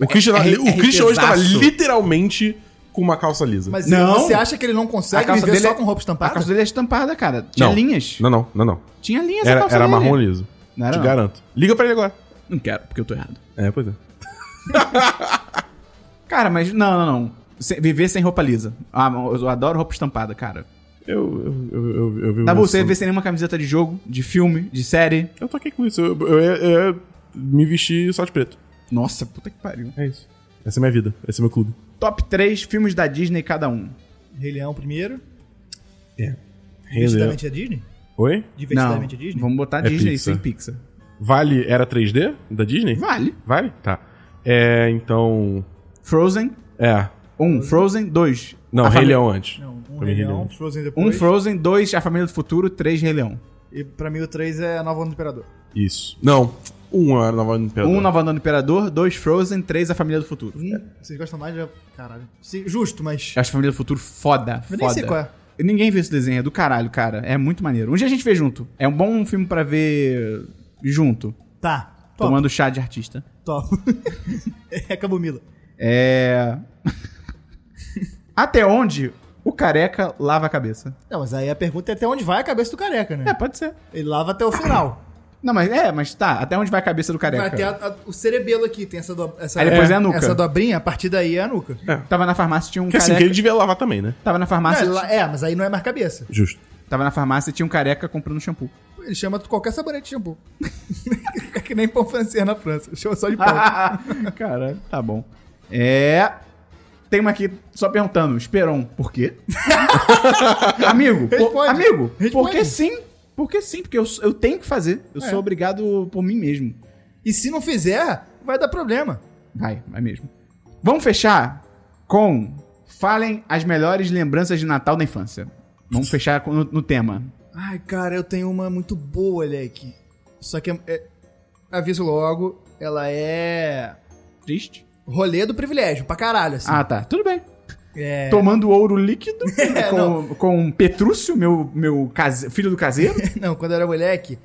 C: o Christian, tá-
A: é-
C: o
A: é
C: Christian hoje tava
A: riquezaço.
C: literalmente com uma calça lisa.
B: Mas
A: Não.
B: você acha que ele não
A: A
B: consegue
A: calça
B: viver
A: dele
B: só
A: é-
B: com roupa estampada?
A: A calça dele é estampada, cara. Tinha
C: não.
A: linhas.
C: Não, não, não, não.
A: Tinha linhas a
C: Era,
A: calça
C: era
A: dele.
C: marrom liso.
A: Não era
C: Te
A: não.
C: garanto. Liga pra ele agora.
A: Não quero, porque eu tô errado.
C: É, pois é.
A: Cara, mas não, não, não. Se- viver sem roupa lisa. Ah, eu adoro roupa estampada, cara.
C: Eu, eu, eu, eu, eu vi
A: Dá pra
C: uma
A: Tá você
C: versão-
A: viver sem nenhuma camiseta de jogo, de filme, de série.
C: Eu toquei com isso. Eu, eu, eu- eu- eu me vesti só de preto.
A: Nossa, puta que pariu.
C: É isso. Essa é minha vida. Esse é meu clube.
A: Top 3 filmes da Disney cada um.
B: Rei Leão primeiro.
C: É.
B: Divertidamente é Disney?
C: Oi?
A: Não,
B: Divertidamente é Disney?
A: vamos botar
C: É
A: Disney
C: Pixar.
A: sem Pixar.
C: Vale era 3D da Disney?
A: Vale.
C: Vale? Tá. É, então.
A: Frozen
C: É.
A: 1, Frozen 2.
C: Não,
A: A
C: Rei
A: fami-
C: Leão antes.
B: Não, um
C: Pra mim,
B: Rei
C: Rei
B: Leão,
C: Leão.
B: Frozen depois.
A: 1, Frozen 2, A Família do Futuro, 3, Rei Leão.
B: E pra mim o 3 é a Nova Onda do Imperador.
C: Isso. Não. Um era Nova Imperador.
A: 1, Nova Onda do Imperador, 2, Frozen, 3, A Família do Futuro.
B: Hum, Vocês gostam mais de... Caralho. Sim, justo, mas...
A: Eu acho a Família do Futuro foda.
B: Eu nem
A: foda.
B: sei qual é.
A: Ninguém vê esse desenho, é do caralho, cara. É muito maneiro. Um dia a gente vê junto. É um bom filme pra ver junto,
B: Tá. Top.
A: tomando chá de artista.
B: Top. é Cabomila.
A: É. Até onde o careca lava a cabeça?
B: Não, mas aí a pergunta é até onde vai a cabeça do careca, né?
A: É, pode ser.
B: Ele lava até o final.
A: Não, mas é, mas tá. Até onde vai a cabeça do
B: Vai
A: careca?
B: até a- a- o cerebelo aqui, tem essa, do, essa,
A: Aí depois é a nuca.
B: essa dobrinha, a partir daí é a nuca.
A: Tava na farmácia tinha um
C: Que assim,
A: careca.
C: que ele devia lavar também, né?
A: Tava na
B: Não,
A: farmácia.
B: ele la- é, mas aí não é mais cabeça.
C: Justo.
A: Tava na farmácia tinha um careca comprando shampoo.
B: Ele chama qualquer sabonete de shampoo. é que nem pão francês na França. Chama só de pão.
A: Ah. Caralho, tá bom. É. Tem uma aqui só perguntando, Esperon, por quê? amigo, por-
B: Responde.
A: amigo,
B: Responde. É.
A: porque sim. Porque sim, porque eu, eu tenho que fazer. Eu sou obrigado por mim mesmo.
B: e se não fizer, vai dar problema.
A: Vai, vai mesmo. Vamos fechar com. Falem as melhores lembranças de Natal da infância. Vamos fechar com- no, no tema.
B: Ai, cara, eu tenho uma muito boa, Leque. Só que, é- é- aviso logo, ela é
A: Triste?
B: rolê do privilégio, pra caralho, assim.
A: Ah, tá. Tudo bem.
B: é,
A: Tomando ouro líquido
B: É,
A: com, com Petrúcio, meu, meu case- filho do caseiro.
B: Não, quando eu era moleque,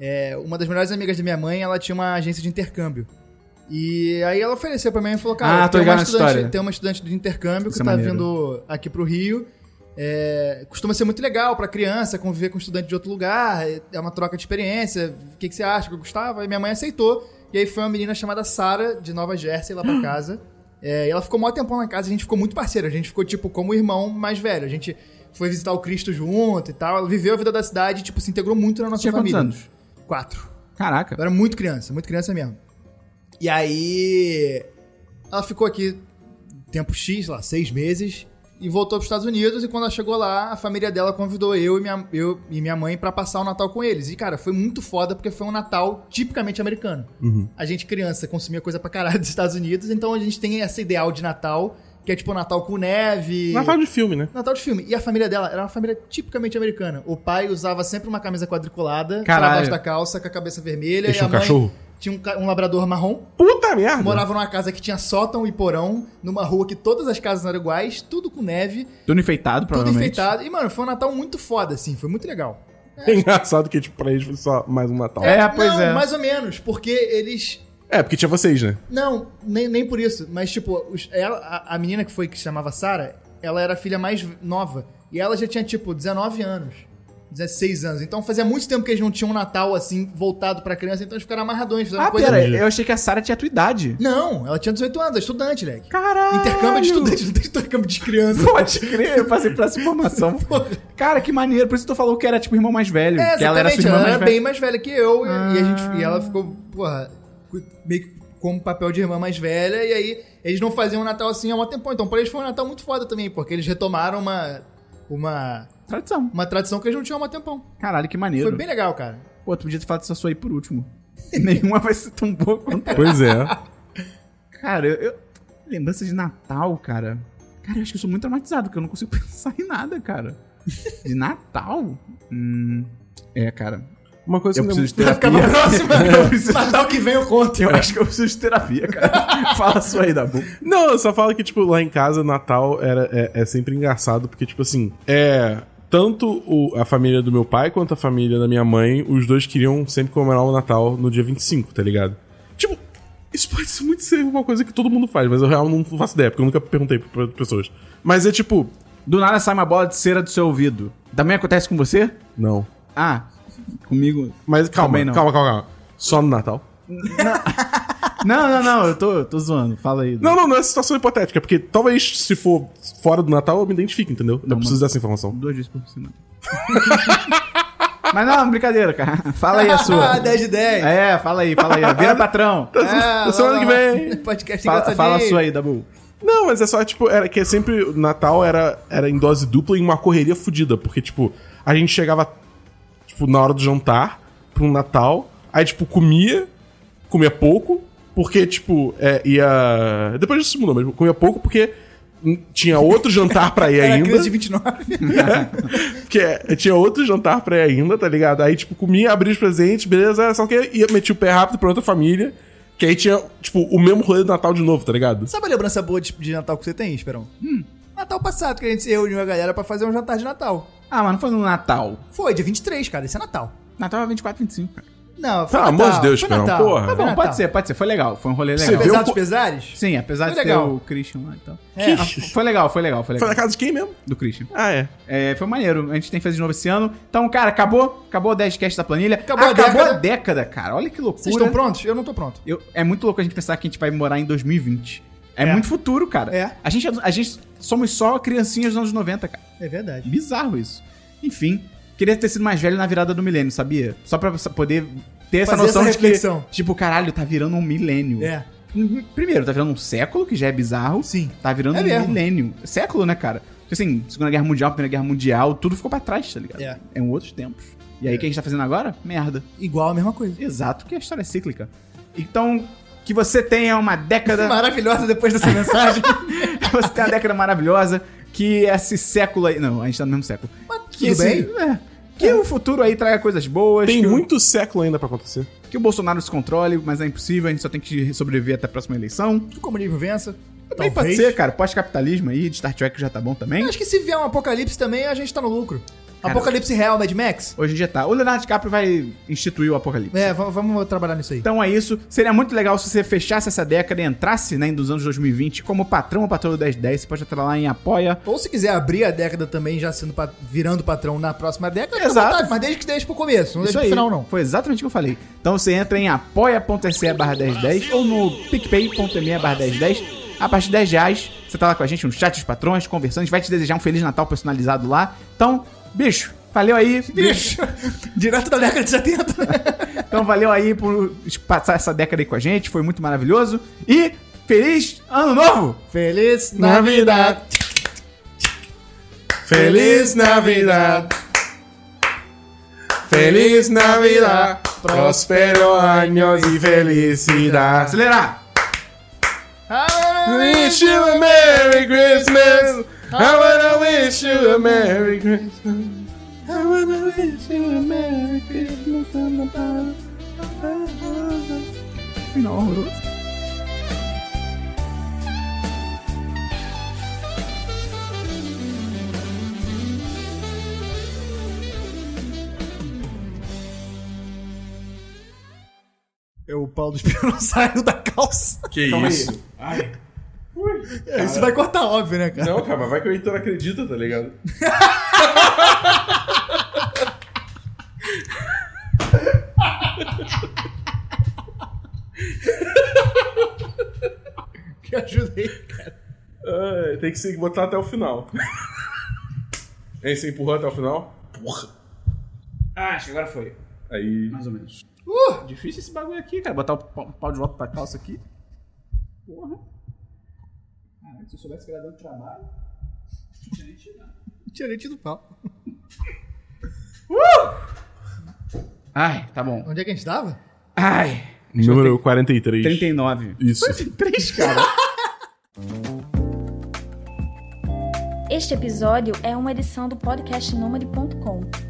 B: é, uma das melhores amigas da minha mãe, ela tinha uma agência de intercâmbio. E aí ela ofereceu pra mim e falou, cara,
A: Ah, tô
B: tem, uma
A: ligado na
B: estudante,
A: história.
B: tem uma estudante de intercâmbio
A: Isso
B: que
A: é
B: tá
A: maneiro.
B: vindo aqui pro Rio. É, costuma ser muito legal pra criança conviver com estudante de outro lugar, é é uma troca de experiência. O que, que você acha que gostava? E minha mãe aceitou. E aí foi uma menina chamada Sara, de Nova Jersey, lá
A: Hum.
B: pra casa. É, e ela ficou maior tempão na casa, a gente ficou muito parceiro. A gente ficou, tipo, como irmão mais velho. A gente foi visitar o Cristo junto e tal. Ela viveu a vida da cidade, tipo, se integrou muito na nossa
A: Tinha quantos
B: família.
A: anos?
B: Quatro.
A: Caraca.
B: Eu era muito criança, muito criança mesmo. E aí. Ela ficou aqui tempo X, lá, seis meses, e voltou para os Estados Unidos. E quando ela chegou lá, a família dela convidou eu e minha, eu e minha mãe para passar o Natal com eles. E, cara, foi muito foda porque foi um Natal tipicamente americano. A gente, criança, consumia coisa pra caralho dos Estados Unidos, então a gente tem esse ideal de Natal, que é tipo Natal com neve.
C: Natal de filme, né?
B: Natal de filme. E a família dela era uma família tipicamente americana. O pai usava sempre uma camisa quadriculada, pra
A: Caralho.
B: baixo da calça, com a cabeça vermelha.
C: Deixa
B: e a
C: um
B: mãe
C: cachorro.
B: Tinha um, ca- um labrador marrom.
C: Puta merda!
B: Morava numa casa que tinha sótão e porão, numa rua que todas as casas eram iguais, tudo com neve,
A: Tudo enfeitado,
B: tudo
A: provavelmente.
B: enfeitado. E, mano, foi um Natal muito foda, assim, foi muito legal.
C: É engraçado que, tipo, pra eles foi só mais um Natal. É,
A: É, pois
B: Não,
A: é.
B: mais ou menos, porque eles
C: porque tinha vocês, né?
B: Não, nem, nem por isso. Mas, tipo, os- ela, a, a menina que foi que se chamava Sarah, ela era a filha mais nova. E ela já tinha, tipo, 19 anos. 16 anos. Então fazia muito tempo que eles não tinham um Natal, assim, voltado pra criança. Então eles ficaram amarradões, fazendo
A: Ah,
B: coisa...
A: pera, eu achei que a Sarah tinha a tua idade.
B: Não, ela tinha 18 anos, é estudante, moleque.
A: Caralho!
B: Intercâmbio de estudante, não tem intercâmbio de criança.
A: Pode crer, eu passei por essa informação. Cara, que maneiro. Por isso tu falou que era tipo irmão mais velho.
B: É,
A: que ela era sua
B: exatamente.
A: irmã
B: Ela era,
A: mais velha. Ah.
B: bem mais velha que eu. e- E, a gente, e ela ficou, porra, cu- meio que como papel de irmã mais velha. E aí eles não faziam um Natal assim há um tempão. Então pra eles foi um Natal muito foda também, porque eles retomaram uma, uma,
A: Tradição.
B: uma tradição que eles não tinham há um tempão.
A: Caralho, que maneiro.
B: Foi bem legal, cara.
A: Pô, tu podia ter falado essa sua aí por último. Nenhuma vai ser tão boa quanto.
C: Pois é.
A: Cara, eu, eu- Lembrança de Natal, cara. Cara, eu acho que eu sou muito traumatizado, porque eu não consigo pensar em nada, cara. De Natal? Hum. É, cara.
C: Uma coisa
A: Eu
C: que
A: preciso de
B: Vai ficar pra
A: terapia.
B: próxima.
A: Eu preciso-
B: Natal que vem eu conto.
A: Eu acho que eu preciso de terapia, cara. Fala sua aí, Dabu.
C: Não, eu só falo que, tipo, lá em casa, Natal era, é, é sempre engraçado, porque, tipo assim, é. Tanto o- a família do meu pai quanto a família da minha mãe, os dois queriam sempre comemorar o Natal no dia 25, tá ligado? Tipo, isso pode ser muito ser uma coisa que todo mundo faz, mas eu real não faço ideia, porque eu nunca perguntei pra pessoas. Mas é tipo,
A: Do nada sai uma bola de cera do seu ouvido. Também acontece com você?
C: não.
A: Ah, comigo.
C: Mas calma,
A: Também não.
C: calma, calma, calma. Só no Natal.
A: Não, não, não, eu tô, eu tô zoando. Fala aí.
C: Não, não, não é situação hipotética, porque talvez se for fora do Natal eu me identifique, entendeu? eu
A: Não,
C: preciso dessa informação.
A: Duas vezes por semana. Mas não, brincadeira, cara. Fala aí a sua.
B: 10 de 10.
A: É, fala Ah, aí, fala aí. Vira patrão. É,
B: Ah,
C: Na semana que vem.
B: Podcast
A: Fala,
B: engraçadinho.
A: fala a sua aí, Dabu.
C: Não, mas é só, tipo, era que sempre o Natal era, era em dose dupla e uma correria fodida, porque, tipo, a gente chegava, tipo, na hora do jantar, pra um Natal, aí, tipo, comia, comia pouco, porque, tipo, é, ia. Depois disso mudou, mas comia pouco porque hum, tinha outro jantar pra ir
B: Era a
C: ainda.
B: crise de 29.
C: Porque é, tinha outro jantar pra ir ainda, tá ligado? Aí, tipo, comia, abria os presentes, beleza, só que ia metia o pé rápido pra outra família. Que aí tinha, tipo, o mesmo rolê do Natal de novo, tá ligado?
B: Sabe a lembrança boa de, de Natal que você tem, Esperão?
A: Hum.
B: Natal passado, que a gente se reuniu a galera pra fazer um jantar de Natal.
A: Ah, mas não foi no Natal.
B: Foi, dia 23, cara. Esse é Natal.
A: Natal é 24, 25, cara.
B: Não, foi
C: Pelo
B: Natal,
C: amor de Deus,
B: foi
C: Esperão,
B: Natal,
C: porra.
B: foi
A: Tá bom,
B: Natal.
A: pode ser, pode ser. Foi legal, foi um rolê
C: Você
A: legal.
C: viu?
B: Apesar
C: Eu-
B: dos pesares?
A: Sim, apesar
B: Foi
A: de ter
B: legal.
A: o Christian lá e tal.
B: É,
A: Ah, Foi legal, foi legal, foi
C: Foi na
A: legal.
C: casa de quem mesmo?
A: Do Christian.
C: Ah, é.
A: É, foi maneiro. A gente tem que fazer de novo esse ano. Então, cara, acabou. Acabou o 10 cast da planilha.
B: Acabou a
A: a década, cara. Olha que loucura.
B: Vocês estão prontos? Eu não tô pronto.
A: Eu- é muito louco a gente pensar que a gente vai morar em 2020. É,
B: É.
A: muito futuro, cara.
B: É.
A: A gente, a gente somos só criancinhas dos anos 90, cara.
B: É verdade.
A: Bizarro isso. Enfim, queria ter sido mais velho na virada do milênio, sabia? Só pra sa- poder ter essa
B: Fazer
A: noção
B: essa
A: de
B: reflexão.
A: que, tipo, caralho, tá virando um milênio.
B: É,
A: Uhum. Primeiro, tá virando um século, que já é bizarro.
B: sim.
A: Tá virando
B: É
A: um
B: mesmo.
A: milênio. Século, né, cara? Porque, assim, Segunda Guerra Mundial, Primeira Guerra Mundial, tudo ficou pra trás, tá ligado?
B: É.
A: É um outros tempos. E aí, o que a gente tá fazendo agora? Merda.
B: Igual a mesma coisa.
A: Exato, que a história é cíclica. Então, que você tenha uma década.
B: Maravilhosa depois dessa mensagem.
A: que você tenha uma década maravilhosa. Que esse século aí. Não, a gente tá no mesmo século.
B: Mas
A: Que
B: tudo
A: esse-
B: bem.
A: é, que o futuro aí traga coisas boas.
C: Tem
A: que, o-
C: muito século ainda pra acontecer.
A: que o Bolsonaro se controle, mas é impossível, a gente só tem que sobreviver até a próxima eleição.
B: Que o comunismo vença.
A: Também pode ser, cara. Pós-capitalismo aí, de Star Trek já tá bom também.
B: Acho que se vier um apocalipse também, a gente tá no lucro.
A: Cara.
B: Apocalipse real, Mad Max?
A: Hoje em dia tá. O Leonardo DiCaprio vai instituir o apocalipse.
B: É, v- vamos trabalhar nisso aí.
A: Então é isso. Seria muito legal se você fechasse essa década e entrasse né, dos anos 2020 como patrão ou patrão do 1010. Você pode entrar lá em apoia.
B: Ou se quiser abrir a década também, já sendo pat- virando patrão na próxima década, fica à
A: Exato.
B: vontade, mas desde que deixe pro começo, não
A: Isso
B: deixe pro
A: aí.
B: final, não.
A: Foi exatamente o que eu falei. Então você entra em apoia.se barra 1010 ou no picpay.me barra 1010. A partir de 10 reais, você tá lá com a gente no chat dos patrões, conversando. A gente vai te desejar um Feliz Natal personalizado lá. Então, bicho, valeu aí.
B: Bicho, direto da década de né? 70.
A: Então valeu aí por passar essa década aí com a gente. Foi muito maravilhoso. E Feliz Ano Novo!
B: Feliz Navidad!
C: Feliz Navidad! Feliz Navidad! Prospero años e felicidade!
A: Acelerar!
B: Ah,
C: Wish you a Merry Christmas! I wanna wish you a Merry Christmas! I wanna wish you a Merry Christmas! and a Merry-
A: Final horroroso.
B: O pau do Espirão saiu da calça.
C: Que
A: Calma aí.
C: isso? Ai.
B: É, Isso vai cortar, óbvio, né, cara?
C: Não, cara, mas vai que o Heitor acredita, tá ligado?
B: Que ajudei.
C: Ai, tem que se botar até o final. hein, você empurrou até o final? Porra!
A: Ah, acho que agora foi.
C: Aí.
A: Mais ou menos. Difícil esse bagulho aqui, cara. Botar o pau, pau de volta pra calça aqui. Porra. Caralho, se eu soubesse que era dando trabalho, não tinha nem tirado.
B: Tirei do pau.
A: Ai, tá bom.
B: Onde é que a gente tava?
A: Ai.
C: Número 43.
A: 39.
C: Isso.
A: Três, cara.
E: Este episódio é uma edição do podcast Nômade.com.